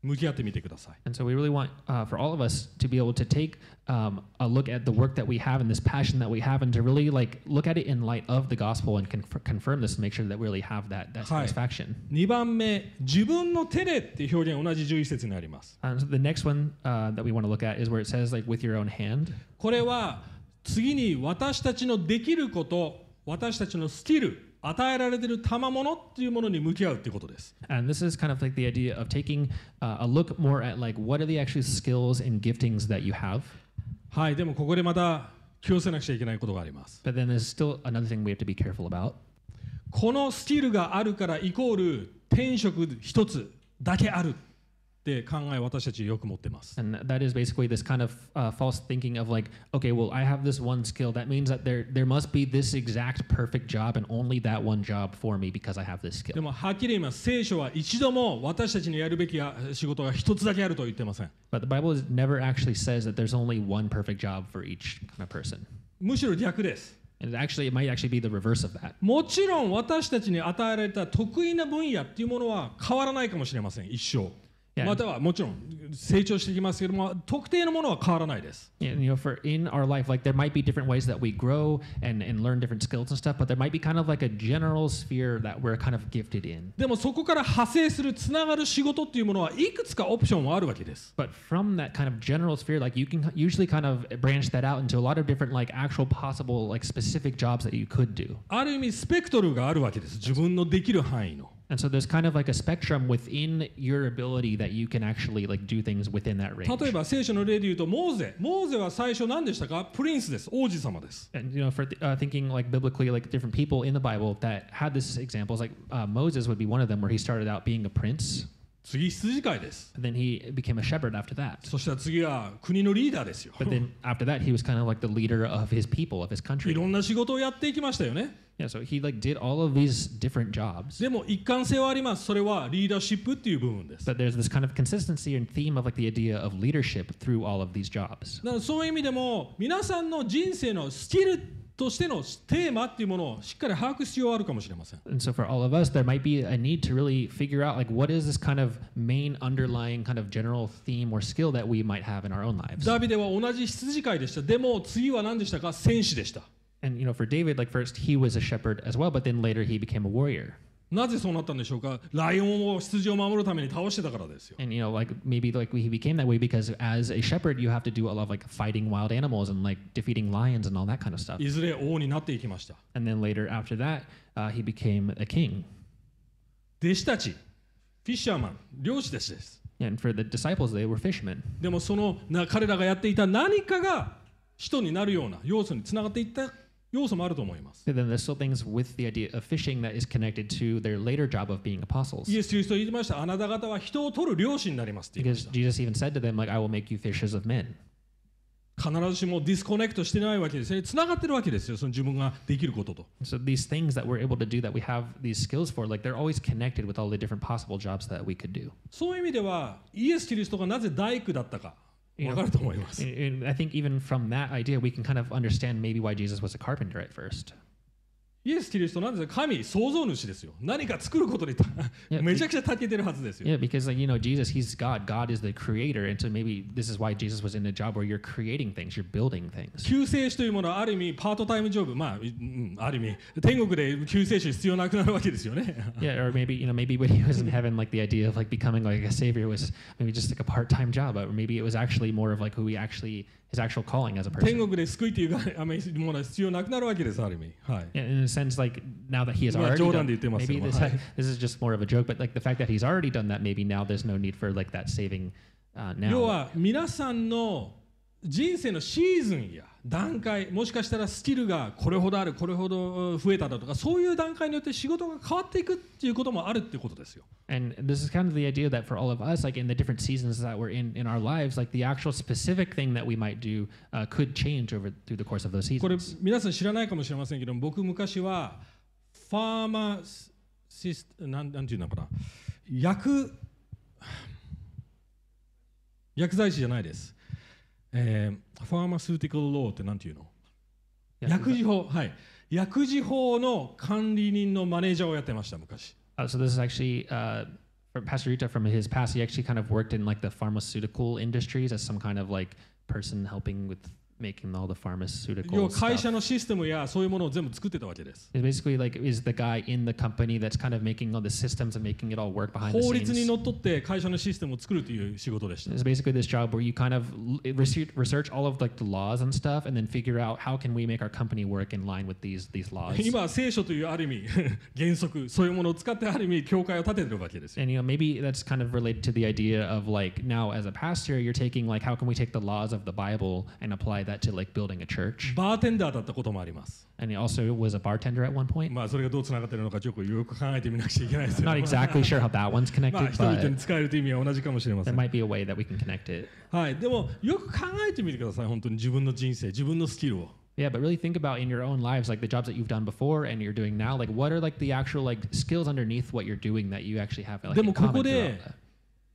A: 向き合ってみてください
B: And so, we really want uh, for all of us to be able to take um, a look at the work that we have and this passion that we have, and to really like look at it in light of the gospel and conf- confirm this, and make sure that we really have that that
A: Hi.
B: satisfaction.
A: 2番目自分の手でっていう表現同じ11節にあります
B: And so the next one uh, that we want to look at is where it says like with your own hand.
A: これは次に私たちのできること私たちのスキル与えられている賜物っていうものに向き合うっていうことです
B: And this is kind of like the idea of taking uh, a look more at like what are the actual skills and giftings that you have.
A: はいでもここでまた気をつけなくちゃいけないことがあります
B: But then there's still another thing we have to be careful about.
A: このスキルがあるからイコール転職一つだけあるって考え私たちよく持ってます
B: And that is basically this kind of uh, false thinking of like, okay, well, I have this one skill. That means that there, there must be this exact perfect job and only that one job for me because I have this
A: で
B: skill.
A: もはっきり言います聖書は一度も私たちのやるべきや仕事が一つだけあるとは言ってません
B: But the Bible is- never actually says that there's only one perfect job for each kind of person.
A: むしろ逆です
B: And it actually, it might actually be the reverse of that.
A: もちろん私たちに与えられた得意な分野っていうものは変わらないかもしれません一生
B: いや
A: またはもちろん成長していきますけども特定のものは変わらないです
B: And, you know, for in our life, like there might be different ways that we grow and, and learn different skills and stuff, but there might be kind of like a general sphere that we're kind of gifted in.
A: でもそこから派生するつながる仕事っていうものはいくつかオプションはあるわけです
B: But from that kind of general sphere, like you can usually kind of branch that out into a lot of different, like actual possible, like specific jobs that you could do.
A: ある意味スペクトルがあるわけです自分のできる範囲の
B: And so there's kind of like a spectrum within your ability that you can actually like do things within that range.
A: 例えば聖書の例で言うとモーゼモーゼは最初何でしたかプリンスです王子様です
B: and you know, for th- uh, thinking like biblically, like different people in the Bible that had this examples, like uh, Moses would be one of them, where he started out being a prince,
A: 次羊飼いです
B: and then he became a shepherd after that.
A: そしたら次は国のリーダーですよ
B: But then after that, he was kind of like the leader of his people, of his
A: い
B: country.
A: ろんな仕事をやっていきましたよね
B: Yeah, so he like did all of these different jobs.
A: でも一貫性はあります。それはリーダーシップっていう部分です。
B: But there's this kind of consistency and theme of like the idea of leadership through all of these jobs.
A: だからそういう意味でも皆さんの人生のスキルとしてのテーマっていうものをしっかり把握する必要はあるかもしれません。
B: And so for all of us, there might be a need to really figure out like what is this kind of main underlying kind of general theme or skill that we might have in our own lives.
A: ダビデは同じ羊飼いでした。でも次は何でしたか戦士でした。
B: And you know, for David, like first he was a shepherd as well, but then later he became a warrior.
A: なぜそうなったんでしょうかライオンを羊を守るために倒してたからですよ。
B: And you know, like maybe like he became that way because as a shepherd, you have to do a lot of like fighting wild animals and like defeating lions and all that kind of stuff.
A: いずれ王になっていきました。
B: And then later after that, uh, he became a king.
A: 弟子たち、フィッシャーマン、漁師たちです。
B: And for the disciples, they were fishermen.
A: でもそのな彼らがやっていた何かが人になるような要素につながっていった要素もあると思います。
B: But then there's still things with the idea of fishing that is connected to their later job of being apostles.
A: イエス・キリストは言いました。あなた方は人を取る漁師になりますって言いま
B: Because
A: した。
B: Jesus even said to them, like, I will make you fishers of men.
A: 必ずしもディスコネクトしてないわけですね。つながってるわけですよ。その自分ができることと。
B: So these things that we're able to do that we have these skills for, like they're always connected with all the different possible jobs that we could do.
A: そういう意味では、イエス・キリストがなぜ大工だったか、わかると思います。
B: And, and I think even from that idea, we can kind of understand maybe why Jesus was a carpenter at first.
A: イエス・キリストなんですよ神、創造主ですよ。何か作ることにた
B: や
A: めちゃくちゃ長けてるはずですよ。
B: Yeah, because like you know, Jesus, he's God. God is the creator, and so maybe this is why Jesus was in a job where you're creating things, you're building things.
A: 救世主というものはある意味パートタイムジョブ、まあ、いうんある意味、天国で救世主必要なくなるわけですよね。
B: Yeah, or maybe you know, maybe when he was in heaven, like the idea of like becoming like a savior was maybe just like a part-time job, or maybe it was actually more of like who he actually his actual calling as a
A: 天
B: person.
A: 国で救いというがあのものは必要なくなるわけです、ある意味。はい。
B: Yeah, in a sense, like now that he has
A: Well,
B: already
A: Jordan
B: done,
A: did them as
B: maybe
A: well,
B: this,
A: right?
B: this is just more of a joke, but like the fact that he's
A: ah.
B: already done that, maybe now there's no need for like that saving uh,
A: 要
B: now.
A: は皆さんの人生のシーズンや段階もしかしたらスキルがこれほどあるこれほど増えただとかそういう段階によって仕事が変わっていくっていうこともあるってことですよ。
B: And this is kind of the idea that for all of us, like in the different seasons that we're in in our lives, like the actual specific thing that we might do uh, could change over through the course of those
A: これ
B: seasons.
A: 皆さん知らないかもしれませんけど僕昔はファーマーシスなんなんていうのかな薬薬剤師じゃないです、えーファーマスーティカルローってなんていうの薬事法はい薬事法の管理人のマネージャーをやってました昔
B: Uh, so this is actually uh, from Pastor Rita from his past. He actually kind of worked in like the pharmaceutical industries as some kind of like person helping with making all the pharmaceutical.
A: 要は
B: stuff.
A: 会社のシステムやそういうものを全部作ってたわけです
B: It basically like is the guy in the company that's kind of making all the systems and making it all work behind
A: 法
B: the
A: 律に
B: scenes.
A: のっとって会社のシステムを作るという仕事でした
B: It's basically this job where you kind of l- research, research all of like the laws and stuff, and then figure out how can we make our company work in line with these these laws.
A: 今は聖書というある意味 原則そういうものを使ってある意味教会を立ててるわけですよ
B: And you know maybe that's kind of related to the idea of like now as a pastor, you're taking like how can we take the laws of the Bible and apply that to like building a church.
A: バーテンダーだったこともあります、
B: And he also was a bartender at one point.
A: まあ、それがどうつながってるのかちょっとよく考えてみなくちゃいけない ですよ
B: Not
A: ね
B: exactly sure how that one's
A: まあ
B: connected,
A: 人々
B: but
A: に使えるという意味は同じかもしれませ
B: there
A: ん、
B: might be a way that we can connect it.
A: はい、でもよく考えてみてください本当に自分の人生自分のスキルを
B: Yeah, but really think about in your own lives, like the jobs that you've done before and you're doing now. Like, what are like the actual like skills underneath what you're doing that you actually have like in
A: でも、
B: common
A: ここで、
B: throughout that?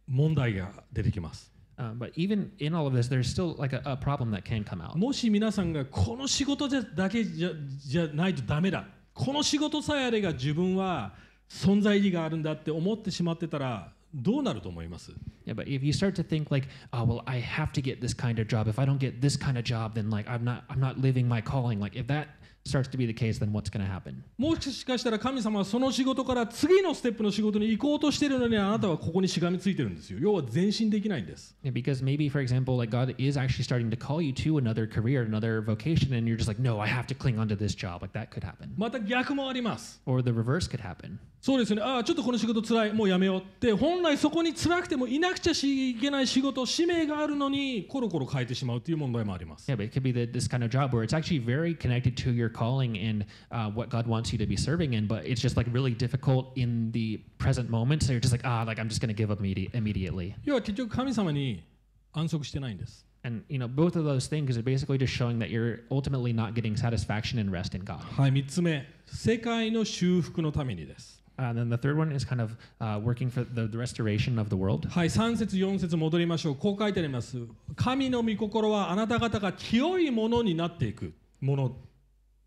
A: 問題が出てきます
B: Um, but even in all of this, there's still like a, a problem that can come out.
A: もし皆さんがこの仕事じゃだけじゃじゃないとダメだこの仕事さえあれが自分は存在意義があるんだって思ってしまってたらどうなると思います
B: Yeah, but if you start to think like, oh well, I have to get this kind of job. If I don't get this kind of job, then like I'm not I'm not living my calling. Like if that starts to be the case, then what's gonna happen?
A: もしかしたら神様はその仕事から次のステップの仕事に行こうとしてるのにあなたはここにしがみついてるんですよ要は前進できないんです
B: Yeah, because maybe, for example, like God is actually starting to call you to another career, another vocation, and you're just like, no, I have to cling onto this job. Like that could happen,
A: また逆もあります
B: or the reverse could happen.
A: そうですよねああちょっとこの仕事つらいもうやめようって本来そこに辛くてもいなくちゃいけない仕事使命があるのにコロコロ変えてしまうという問題もあります
B: Yeah, but it could be the, this kind of job where it's actually very connected to your calling and uh, what God wants you to be serving in, but it's just like really difficult in the present moment. So you're just like, ah, like I'm just gonna give up immedi- immediately.
A: 要は結局神様に安息してないんです
B: And you know, both of those things are basically just showing that you're ultimately not getting satisfaction and rest in God.
A: はい、3つ目、世界の修復のためにです。
B: Uh, and then the third one is kind of uh, working for the, the restoration of the world.
A: はい、3節4節戻りましょう。こう書いてあります。神の御心はあなた方が清いものになっていくもの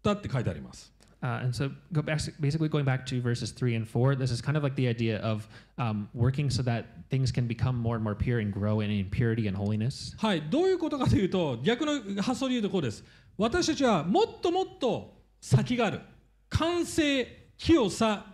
A: だって書いてあります。
B: Uh, and so go back, basically going back to verses three and four, this is kind of like the idea of um, working so that things can become more and more pure and grow in, in purity and holiness.
A: はい、どういうことかというと、逆の発想で言うとこうです。私たちはもっともっと先がある。完成、清さ、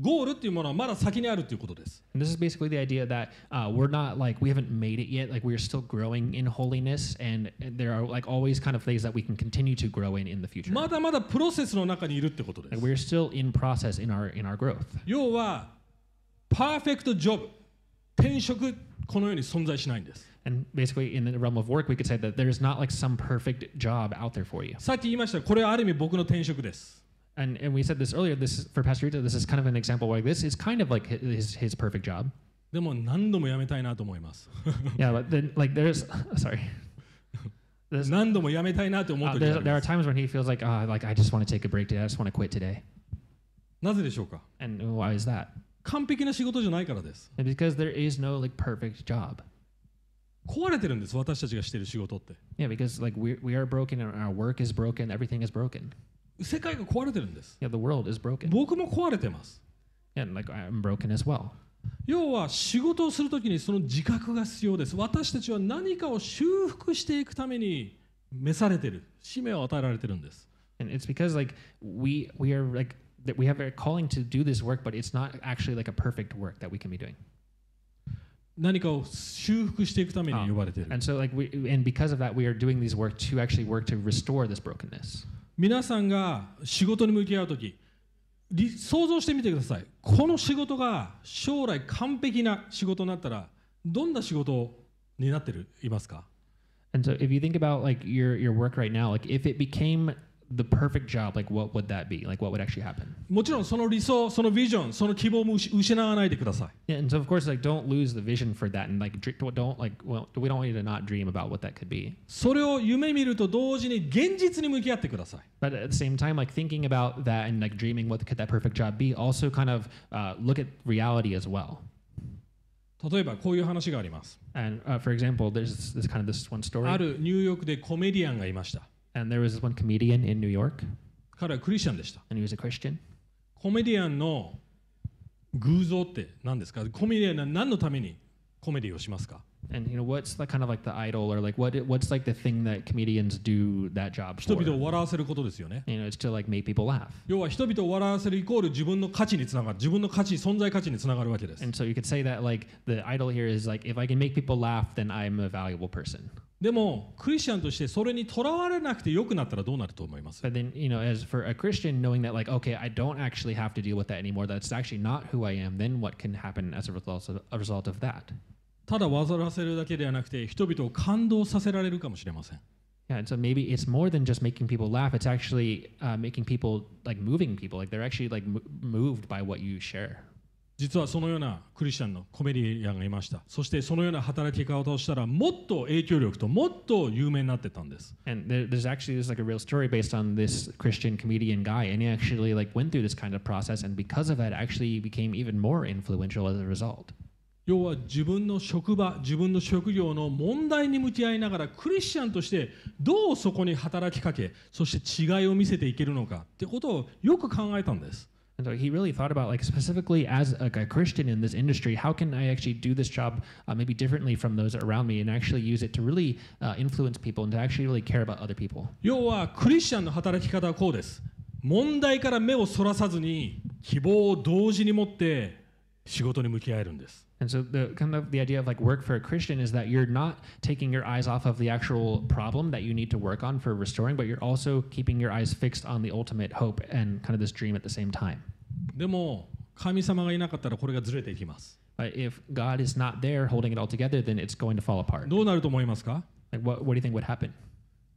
A: ゴールっていうものはまだ先にあるということです。
B: And this is basically the idea that uh, we're not like we haven't made it yet. Like we are still growing in holiness, and there are like always kind of things that we can continue to grow in in the future.
A: まだまだプロセスの中にいるってことです
B: Like,。we're still in process in our in our growth.
A: 要はパーフェクトジョブ転職この世に存在しないんです
B: And basically, in the realm of work, we could say that there's not like some perfect job out there for you.
A: さっき言いましたこれはある意味僕の転職です
B: And and we said this earlier. This is, for Pastor Rita, this is kind of an example where this is kind of like hi- his his perfect job.
A: でも何度も辞めたいなと思います
B: yeah, but then like there's sorry. There's, uh,
A: 何度も辞めたいなと思う時があ
B: there's,
A: り
B: there
A: ま
B: are
A: す
B: times when he feels like ah like I just want to take a break today. I just want to quit today.
A: なぜでしょうか
B: And why is that?
A: 完璧な仕事じゃないからです
B: And because there is no like perfect job.
A: 壊れてるんです私たちがしてる仕事って
B: Yeah, because like we we are broken and our work is broken, everything is broken.
A: 世界が壊れてるんです
B: Yeah, the world is broken.
A: 僕も壊れてます
B: And like I'm broken as well.
A: 要は仕事をするときにその自覚が必要です私たちは何かを修復していくために召されてる使命を与えられてるんです
B: And it's because like we we are like that we have a calling to do this work, but it's not actually like a perfect work that we can be doing.
A: 何かを修復していくために呼ばれている
B: And so like we and because of that we are doing these work to actually work to restore this brokenness.
A: 皆さんが仕事に向き合う時り想像してみてくださいこの仕事が将来完璧な仕事になったらどんな仕事になってるいますか
B: And so if you think about like your your work right now, like if it became the perfect job, like what would that be? Like what would actually happen?
A: もちろんその理想、そのビジョン、その希望も失失わないでください。
B: Yeah, and so of course, like don't lose the vision for that, and like dr- don't like well, we don't want you to not dream about what that could be.
A: それを夢見ると同時に現実に向き合ってください。
B: But at the same time, like thinking about that and like dreaming what could that perfect job be, also kind of uh, look at reality as well.
A: 例えばこういう話があります。
B: And uh, for example, there's this, this kind of this one story,
A: あるニューヨークでコメディアンがいました。
B: and there was this one comedian in New York,
A: 彼はクリスチャンでした。
B: and he was a Christian.
A: コメディアンの偶像って何ですかコメディアンは何のためにコメディをしますか
B: And you know what's like kind of like the idol or like what what's like the thing that comedians do that job
A: 人
B: for?
A: 々を笑わせることですよね。
B: You know, it's to like make people laugh.
A: 要は人々を笑わせるイコール自分の価値につながる、自分の価値、存在価値につながるわけです。
B: And so you could say that like the idol here is like if I can make people laugh, then I'm a valuable person.
A: でも、クリスチャンとしてそれにとらわれなくて良くなったらどうなると思います
B: But then you know, as for a Christian, knowing that like okay, I don't actually have to deal with that anymore. That's actually not who I am. Then what can happen as a result of a result of that?
A: ただ煩わせるだけではなくて人々を感動させられるかもしれません
B: Yeah, and so maybe it's more than just making people laugh. It's actually uh, making people like moving people. Like they're actually like mo- moved by what you share.
A: 実はそのようなクリスチャンのコメディアンがいましたそしてそのような働き方をしたらもっと影響力ともっと有名になってたんです
B: And there, there's actually there's like a real story based on this Christian comedian guy, and he actually like went through this kind of process, and because of that, actually became even more influential as a result.
A: 要は自分の職場自分の職業の問題に向き合いながらクリスチャンとしてどうそこに働きかけそして違いを見せていけるのかってことをよく考えたんです
B: And so he really thought about like specifically as like a Christian in this industry, how can I actually do this job uh, maybe differently from those around me, and actually use it to really uh, influence people and to actually really care about other people.
A: 要はクリスチャンの働き方はこうです問題から目をそらさずに希望を同時に持って仕事に向き合えるんです
B: And so the kind of the idea of like work for a Christian is that you're not taking your eyes off of the actual problem that you need to work on for restoring, but you're also keeping your eyes fixed on the ultimate hope and kind of this dream at the same time.
A: でも神様がいなかったらこれがずれていきます
B: But if God is not there holding it all together, then it's going to fall apart.
A: どうなると思いますか
B: Like what what do you think would happen?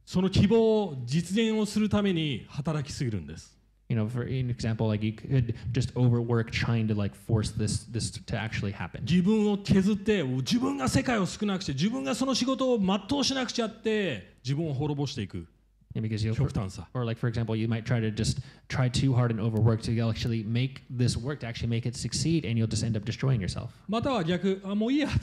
A: その希望を実現をするために働きすぎるんです
B: You know, for an example, like you could just overwork trying to like force this this to actually happen.
A: 自分を削って自分が世界を少なくして自分がその仕事を全うしなくちゃって自分を滅ぼしていく
B: Yeah, because you'll
A: 極端さ
B: or like for example, you might try to just try too hard and overwork to actually make this work to actually make it succeed, and you'll just end up destroying yourself.
A: または逆あもういいや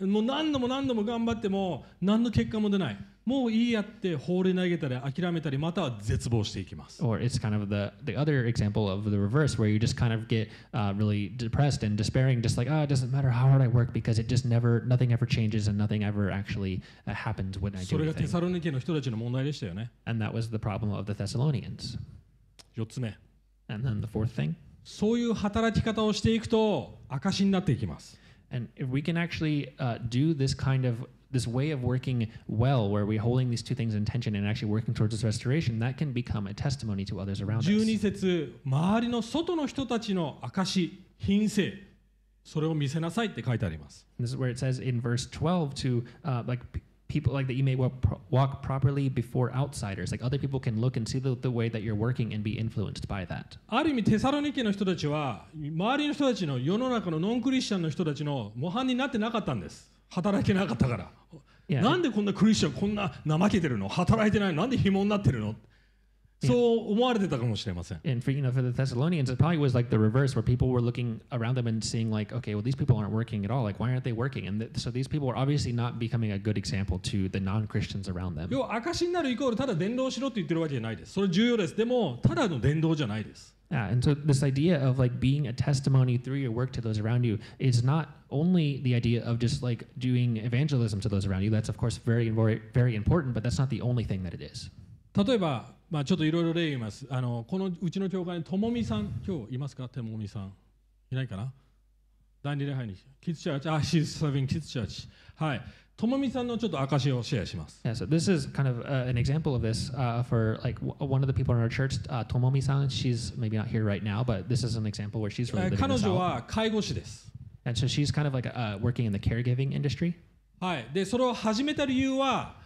A: もう何度も何度も頑張っても何の結果も出ないもういいやって放り投げたり諦めたりまたは絶望していきます
B: or it's kind of the the other example of the reverse where you just kind of get uh, really depressed and despairing just like oh it doesn't matter how hard i work because it just never nothing ever changes and nothing ever actually uh, happens when i
A: そ
B: do
A: れがテ
B: anything
A: サロニケの人たちの問題でしたよね
B: and that was the problem of the thessalonians
A: 4つ目
B: and then the fourth thing
A: そういう働き方をしていくと証になっていきます
B: and if we can actually uh, do this kind of this way of working well where we're holding these two things in tension and actually working towards this restoration that can become a testimony to others around us
A: 12節周りの外の人たちの証品性それを見せなさいって書いてあります
B: This is where it says in verse 12 to uh, like p- people like that you may walk, pro- walk properly before outsiders. Like other people can look and see the, the way that you're working and be influenced by that.
A: ある意味テサロニケの人たちは周りの人たちの世の中のノンクリスチャンの人たちの模範になってなかったんです働けなかったから、
B: いや
A: なんでこんなクリスチャンこんな怠けてるの働いてないのなんで紐になってるのそう思われてたかもしれません
B: And for you know for the Thessalonians, it probably was like the reverse where people were looking around them and seeing like, okay, well these people aren't working at all. Like why aren't they working? And th- so these people were obviously not becoming a good example to the non-Christians around them.
A: 要は証になるイコールただ伝道しろって言ってるわけじゃないですそれ重要ですでもただの伝道じゃないです
B: Yeah, and so this idea of like being a testimony through your work to those around you is not only the idea of just like doing evangelism to those around you. That's of course very very very important, but that's not the only thing that it is.
A: 例えば、まあ、ちょっといろいろ例言いますあのこのうちの教会にともみさん今日いますかともみさんいないかな第二礼拝にキッズチャーチあ she's serving キッズチャーチはいともみさんのちょっと証をシェアします
B: Yeah, so this is kind of uh, an example of this uh, for like w- one of the people in our church, uh, Tomomi-san. She's maybe not here right now, but this is an example where she's
A: えー
B: really living
A: 彼
B: this
A: 女
B: out.
A: は介護士です
B: And so she's kind of like uh, working in the caregiving industry.
A: はいでそれを始めた理由は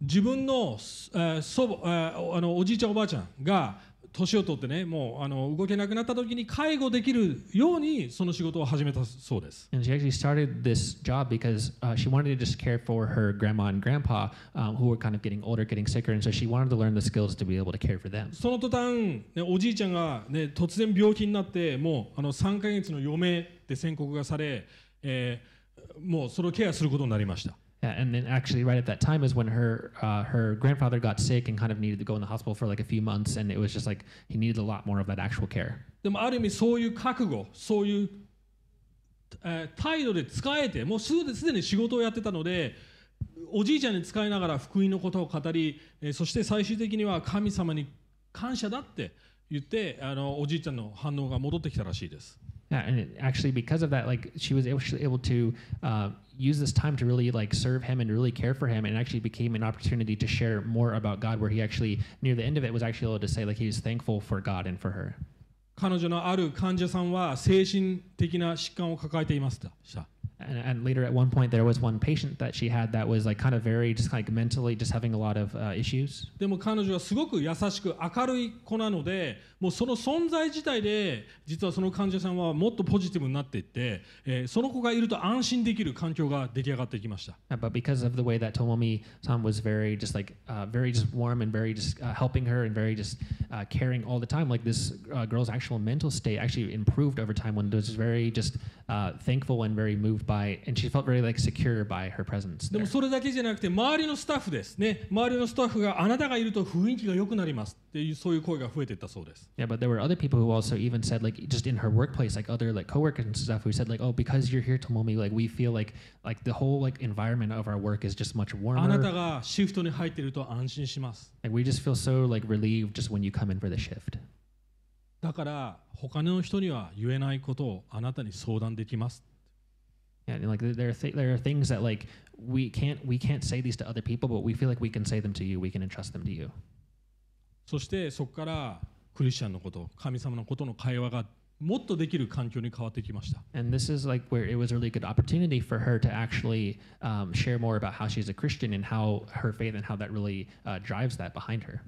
A: 自分の、えー祖母えーあのおじいちゃんおばあちゃんが年を取ってねもうあの動けなくなった時に介護できるようにその仕事を始めたそうです。
B: And she actually started this job because uh, she wanted to just care for her grandma and grandpa, um, who were kind of getting older, getting sicker, and so she wanted to learn the skills to be able to care for them.
A: その途端、ね、おじいちゃんが、ね、突然病気になってもうあの3ヶ月の余命って宣告がされ、えーもうそれをケアすることになりました。
B: Yeah, and then actually, right at that time is when her uh, her grandfather got sick and kind of needed to go in the hospital for like a few months, and it was just like he needed a lot more of that actual care.
A: でもある意味そういう覚悟そういう、えー態度で使えてもうすぐすでに仕事をやってたのでおじいちゃんに使いながら福音のことを語り、えーそして最終的には神様に感謝だって言ってあのおじいちゃんの反応が戻ってきたらしいです。
B: Yeah, and it, actually, because of that, like she was actually able to uh, use this time to really like serve him and really care for him, and it actually became an opportunity to share more about God. Where he actually, near the end of it, was actually able to say like he was thankful for God and for her.
A: 彼女のある患者さんは精神的な疾患を抱えていました。
B: And, and later, at one point, there was one patient that she had that was like kind of very just like mentally just having a lot of uh, issues.
A: でも彼女はすごく優しく明るい子なのでもうその存在自体で実はその患者さんはもっとポジティブになっていって、えーその子がいると安心できる環境が出来上がってきました
B: Uh, but because of the way that Tomomi san was very just like uh, very just warm and very just uh, helping her and very just uh, caring all the time, like this uh, girl's actual mental state actually improved over time when it was very just uh, thankful and very moved by, and she felt very like secure by her presence.
A: で
B: there.
A: もそれだけじゃなくて周りのスタッフですね周りのスタッフがあなたがいると雰囲気が良くなりますっていうそういう声が増えていったそうです
B: Yeah, but there were other people who also even said like just in her workplace, like other like coworkers and stuff, who said like, oh, because you're here, Tomomi, like we feel like like the whole like environment of our work is just much
A: あな
B: warmer.
A: たがシフトに入っていると安心します
B: Like we just feel so like relieved just when you come in for the shift.
A: だから他の人には言えないことをあなたに相談できます
B: Yeah, and like there- there are th- there are things that like we can't we can't say these to other people, but we feel like we can say them to you. We can entrust them to you.
A: そしてそこからクリスチャンのこと神様のことの会話がもっとできる環境に変わってきました
B: And this is like where it was a really good opportunity for her to actually um, share more about how she's a Christian and how her faith and how that really uh, drives that behind her.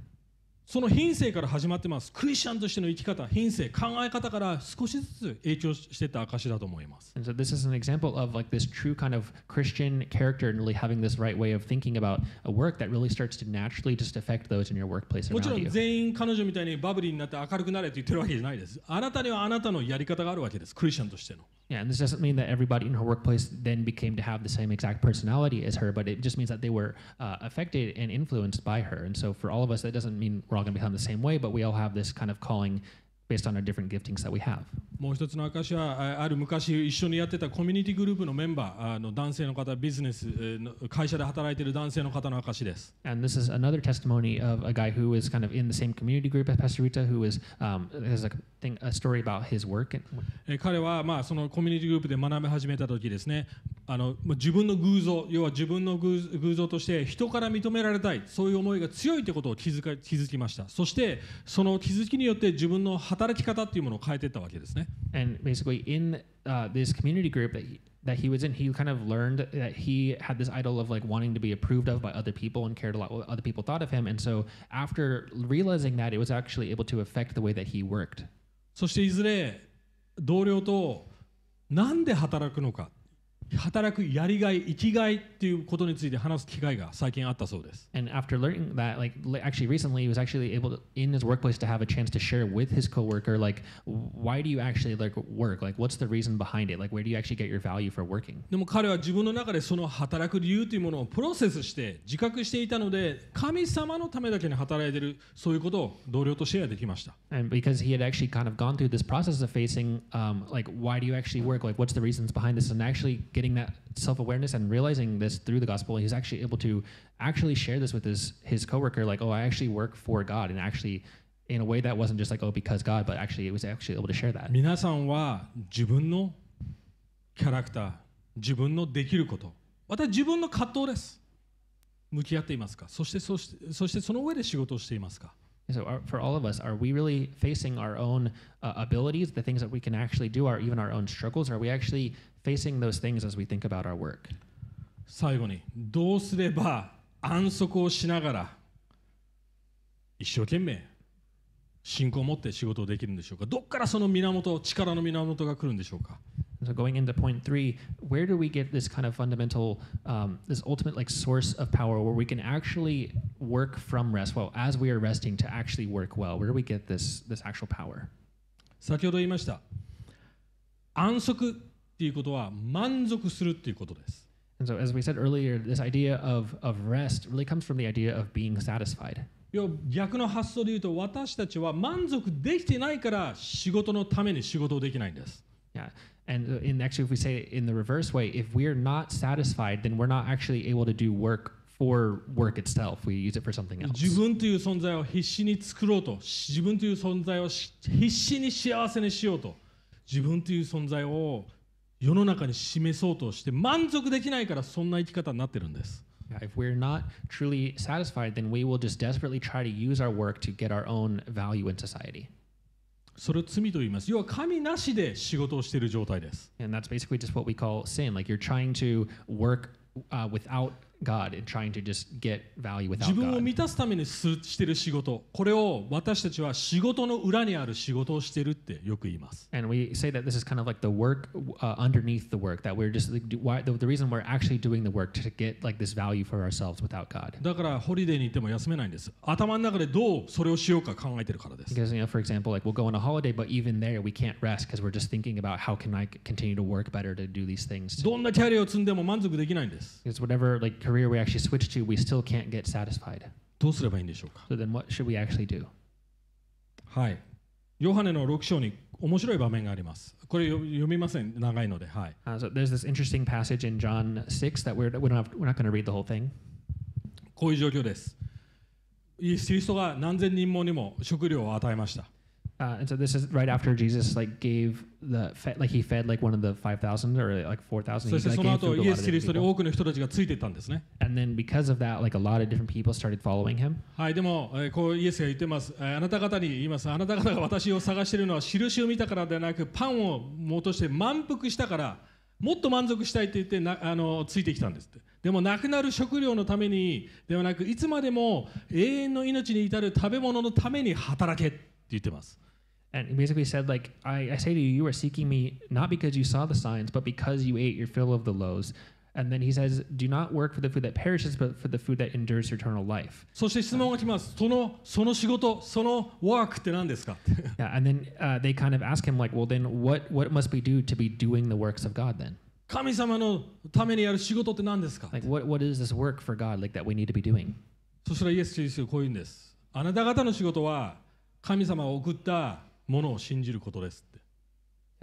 A: その品性から始まってますクリスチャンとしての生き方品性考え方から少しずつ影響してった証だと思います
B: And so this is an example of like this true kind of Christian character and really having this right way of thinking about a work that really starts to naturally just affect those in your workplace
A: もちろ
B: around
A: ん
B: you.
A: 全員彼女みたいにバブリーになって明るくなれって言ってるわけじゃないですあなたにはあなたのやり方があるわけですクリスチャンとしての
B: Yeah, and this doesn't mean that everybody in her workplace then became to have the same exact personality as her, but it just means that they were uh, affected and influenced by her. And so for all of us, that doesn't mean we're all going to become the same way, but we all have this kind of calling based on our different giftings that we have.
A: もう一つの証はあある昔一緒にやってたコミュニティグループのメンバーあの男性の方ビジネスえーの会社で働いてる男性の方の証です
B: And this is another testimony of a guy who is kind of in the same community group as Pastor Rita, who is um, has a thing, a story about his work. And,
A: えー彼はまあそのコミュニティグループで学び始めた時ですねあのまあ自分の偶像要は自分の偶偶像として人から認められたいそういう思いが強いということを気づか気づきましたそしてその気づきによって自分の働き方っていうものを変えていったわけですね
B: and basically in uh, this community group that he, that he was in, he kind of learned that he had this idol of like wanting to be approved of by other people and cared a lot what other people thought of him. And so after realizing that, it was actually able to affect the way that he worked.
A: そしていずれ同僚となんで働くのか働くやりがい生きがいっていうことについて話す機会が最近あったそうです
B: And after learning that, like li- actually recently, he was actually able to, in his workplace to have a chance to share with his coworker, like why do you actually like work? Like what's the reason behind it? Like where do you actually get your value for working?
A: でも彼は自分の中でその働く理由というものをプロセスして自覚していたので神様のためだけに働いているそういうことを同僚とシェアできました
B: and because he had actually kind of gone through this process of facing um, like why do you actually work like what's the reasons behind this and actually getting that self-awareness and realizing this through the gospel he's actually able to actually share this with his his coworker like oh i actually work for god and actually in a way that wasn't just like oh because god but actually it was actually able to share that
A: 皆さんは自分のキャラクター自分のできることまた自分の葛藤です向き合っていますかそしてそしてそしてその上で仕事をしていますか
B: so are, for all of us are we really facing our own uh, abilities the things that we can actually do or even our own struggles are we actually facing those things as we think about our work
A: 最後にどうすれば安息をしながら一生懸命信仰を持って仕事をできるんでしょうかどっからその源力の源が来るんでしょうか
B: So going into point three, where do we get this kind of fundamental, um, this ultimate like source of power where we can actually work from rest well as we are resting to actually work well? Where do we get this this actual power?
A: 先ほど言いました安息っていうことは満足するっていうことです
B: And so as we said earlier, this idea of of rest really comes from the idea of being satisfied.
A: 要は逆の発想で言うと私たちは満足できてないから仕事のために仕事をできないんです
B: Yeah. And uh, in actually, if we say it in the reverse way, if we're not satisfied, then we're not actually able to do work for work itself. We use it for something else.
A: 自分という存在を必死に作ろうと自分という存在をし必死に幸せにしようと自分という存在を世の中に示そうとして満足できないからそんな生き方になってるんです
B: Yeah, if we're not truly satisfied, then we will just desperately try to use our work to get our own value in society.
A: それを罪と言います要は神なしで仕事をしている状態です
B: And that's basically just what we call sin. Like you're trying to work uh, without God and trying to just get value
A: 自
B: without
A: 分を
B: God.
A: 満たすためにすしてる仕事これを私たちは仕事の裏にある仕事をしてるってよく言います
B: And we say that this is kind of like the work uh, underneath the work that we're just like, do, why, the, the reason we're actually doing the work to get like this value for ourselves without God.
A: だからホリデーに行っても休めないんです頭の中でどうそれをしようか考えてるからです
B: Because you know, for example, like we'll go on a holiday, but even there we can't rest because we're just thinking about how can I c- continue to work better to do these things.
A: どんなキャリアを積んでも満足できないんです
B: Because whatever like career we actually switch to, we still can't get satisfied.
A: どうすればいいんでしょうか
B: So then, what should we actually do?
A: はい。ヨハネの6章に面白い場面があります。これ読読みません、長いので。はい。
B: Uh, so there's this interesting passage in John six that we're we don't have, we're not going to read the whole thing.
A: こういう状況です。イエス・キリストが何千人もにも食料を与えました。
B: Uh, and so this is right after Jesus like gave the fed, like he fed like one of the five thousand or like four thousand.
A: そしてそ
B: Like,
A: の
B: gave
A: 後、イエ
B: food to a lot
A: ス・
B: of
A: キリスト
B: different
A: に
B: people.
A: 多くの人たちがついていったんですね。
B: And then because of that, like a lot of different people started following him.
A: はい、でも、えーこうイエスが言ってます、えーあなた方に言います。あなた方が私を探しているのは印を見たからではなく、パンをもとして満腹したから、もっと満足したいって言ってなあのついてきたんですって。でもなくなる食料のためにではなく、いつまでも永遠の命に至る食べ物のために働けって言ってます。
B: And he basically said, like, I, I say to you, you are seeking me not because you saw the signs, but because you ate your fill of the loaves. And then he says, Do not work for the food that perishes, but for the food that endures to eternal life.
A: そして質問が来ます。そのその仕事、そのワークって何ですかって
B: Yeah, and then uh, they kind of ask him, like, Well, then what, what must we do to be doing the works of God then?
A: 神様のためにやる仕事って何ですか
B: Like, what, what is this work for God, like, that we need to be doing?
A: そしたらイエス・キリストはこう言うんです。あなた方の仕事は神様が送ったものを信じることですって。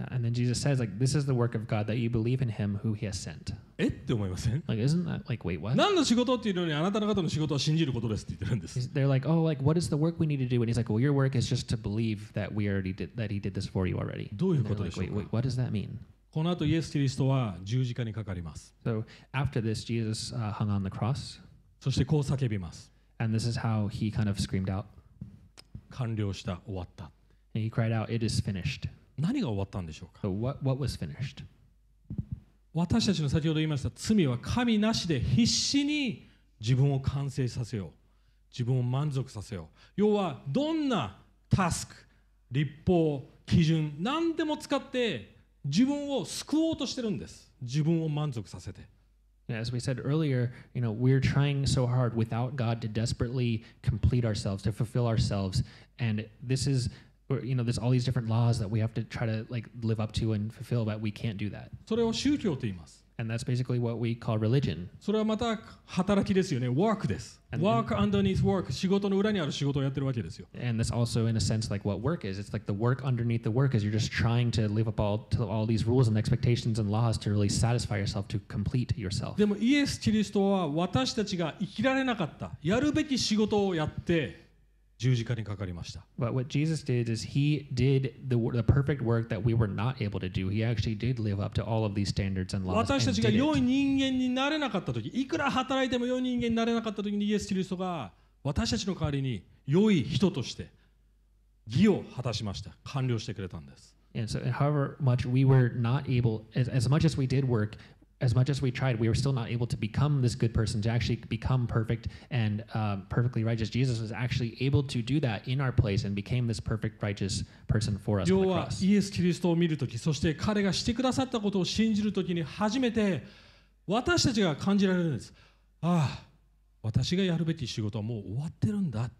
B: Yeah, and then Jesus says, like, This is the work of God that you believe in him who he has sent.
A: えって思いません
B: Like, isn't that, like, wait, what?
A: 何の仕事っていうのにあなた方の仕事は信じることですって言ってるんです。
B: He's- They're like, oh, like what is the work we need to do? And he's like, well, your work is just to believe that we already did that he did this for you already.
A: どういうことでしょうか？
B: And they're like, wait, wait, what does that mean?
A: この後イエス・キリストは十字架にかかります。
B: So after this, Jesus uh, hung on the cross,
A: そしてこう叫びます。
B: and this is how he kind of screamed out
A: 完了した、終わった。
B: and he cried out, "It is finished."
A: 何が終わったんでしょうか
B: So what what was finished?
A: 私たちの先ほど言いました罪は神なしで必死に自分を完成させよう自分を満足させよう要はどんなタスク立法基準何でも使って自分を救おうとしてるんです自分を満足させて
B: Yeah, As we said earlier, you know, we're trying so hard without God to desperately complete ourselves, to fulfill ourselves, and this is, or, you know, there's all these different laws that we have to try to like live up to and fulfill, but we can't do that.
A: それを宗教と言います
B: And that's basically what we call religion.
A: それはまた働きですよねワークです
B: And-
A: ワーク underneath work 仕事の裏にある仕事をやってるわけですよ
B: And that's also, in a sense, like what work is. It's like the work underneath the work is you're just trying to live up all to all these rules and expectations and laws to really satisfy yourself, to complete yourself.
A: でもイエス・キリストは私たちが生きられなかったやるべき仕事をやって十字架にかかりました
B: But what Jesus did is he did the, wor- the perfect work that we were not able to do. He actually did live up to all of these standards and laws.
A: 私た
B: And
A: ちが
B: did
A: 良い
B: it.
A: 人間になれなかった時いくら働いても良い人間になれなかった時にイエス・キリストが私たちの代わりに良い人として義を果たしました完了してくれたんです
B: And so, however much we were not able, as, as much as we did work, as much as we tried, we were still not able to become this good person, to actually become perfect and um, perfectly righteous. Jesus was actually able to do that in our place and became this perfect righteous person for us on
A: 要
B: the
A: は
B: cross.
A: イエス・キリストを見るときそして彼がしてくださったことを信じるときに初めて私たちが感じられるんですああ私がやるべき仕事はもう終わってるんだ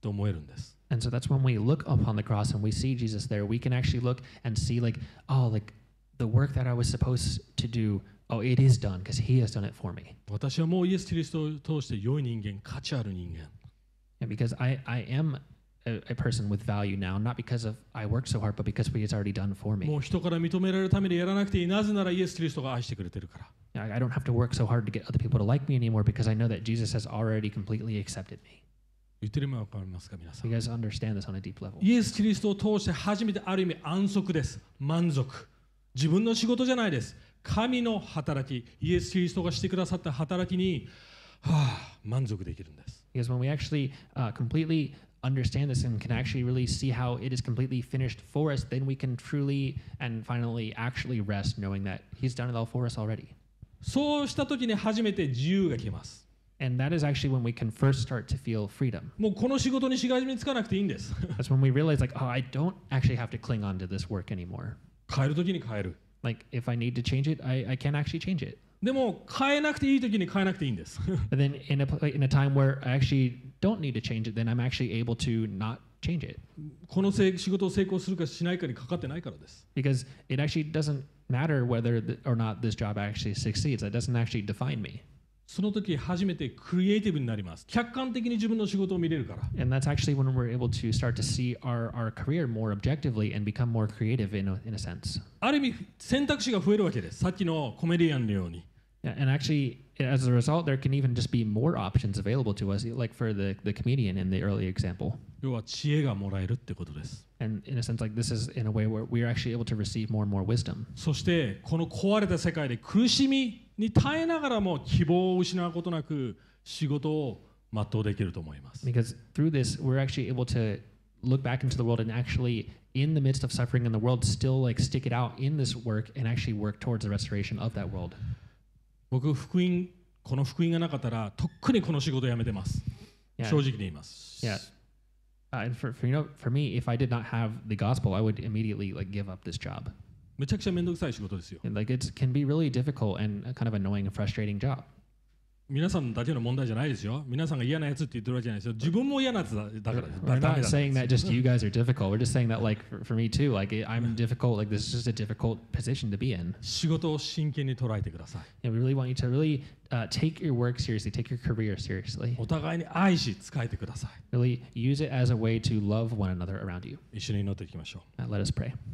A: と思えるんです
B: And so that's when we look upon the cross and we see Jesus there, we can actually look and see like, oh, like the work that I was supposed to do, oh, it is done because he has done it for me.
A: 私はもうイエス・キリストを通して良い人間価値ある人間
B: And because I, I am a, a person with value now, not because of I worked so hard, but because what he's already done for me.
A: もう人から認められるためにやらなくていいなぜならイエス・キリストが愛してくれてるから
B: I, I don't have to work so hard to get other people to like me anymore because I know that Jesus has already completely accepted me.
A: 言ってる意味わかりますか皆さ
B: You
A: ん
B: guys understand this on a deep level.
A: イエス・キリストを通して初めてある意味安息です満足自分の仕事じゃないです神の働きイエス・キリストがしてくださった働きにはあ満足できるんです
B: Because when we actually uh, completely understand this and can actually really see how it is completely finished for us, then we can truly and finally actually rest knowing that He's done it all for us already.
A: そうした時に初めて自由が来ます
B: And that is actually when we can first start to feel freedom.
A: もうこの仕事にしがみつかなくていいんです
B: That's when we realize, like, oh, I don't actually have to cling on to this work anymore.
A: 変える時に変える
B: Like, if I need to change it, I, I can actually change it.
A: でも変えなくていい時に変えなくていいんです
B: But then in a, pl- in a time where I actually don't need to change it, then I'm actually able to not change it.
A: このせい仕事を成功するかしないかにかかってないからです
B: because it actually doesn't matter whether th- or not this job actually succeeds. That doesn't actually define me.
A: その時初めてクリエイティブになります客観的に自分の仕事を見れるから
B: And that's actually when we're able to start to see our, our career more objectively and become more creative in a, in a sense.
A: ある意味選択肢が増えるわけですさっきのコメディアンのように
B: Yeah, And actually, as a result, there can even just be more options available to us, like for the, the comedian in the early example.
A: 要は知恵がもらえるってことです
B: And in a sense, like this is in a way where we are actually able to receive more and more wisdom.
A: そしてこの壊れた世界で苦しみに耐えながらも希望を失うことなく仕事を全うできると思います
B: Because through this, we're actually able to look back into the world and actually, in the midst of suffering in the world, still like stick it out in this work and actually work towards the restoration of that world.
A: 僕福音この福音がなかったらとっくにこの仕事辞めてます
B: Yeah.
A: 正直に言います
B: Yeah. Uh, and for, for you know, for me, if I did not have the gospel, I would immediately like give up this job.
A: めちゃくちゃ面倒くさい仕事ですよ
B: And, like it can be really difficult and a kind of annoying and frustrating job.
A: 皆さんだけの問題じゃないですよ皆さんが嫌なやつって言ってるわけじゃないですよ自分も嫌なやつだだからだ
B: We're
A: ダメ
B: not
A: だ
B: saying that just you guys are difficult. We're just saying that like for, for me too, like it, I'm difficult. Like this is just a difficult position to be in.
A: 仕事を真剣に捉えてください
B: And we really want you to really uh, take your work seriously, take your career seriously.
A: お互いに愛し仕えてください
B: Really use it as a way to love one another around you.
A: 一緒に祈っていきましょう
B: Now let us pray.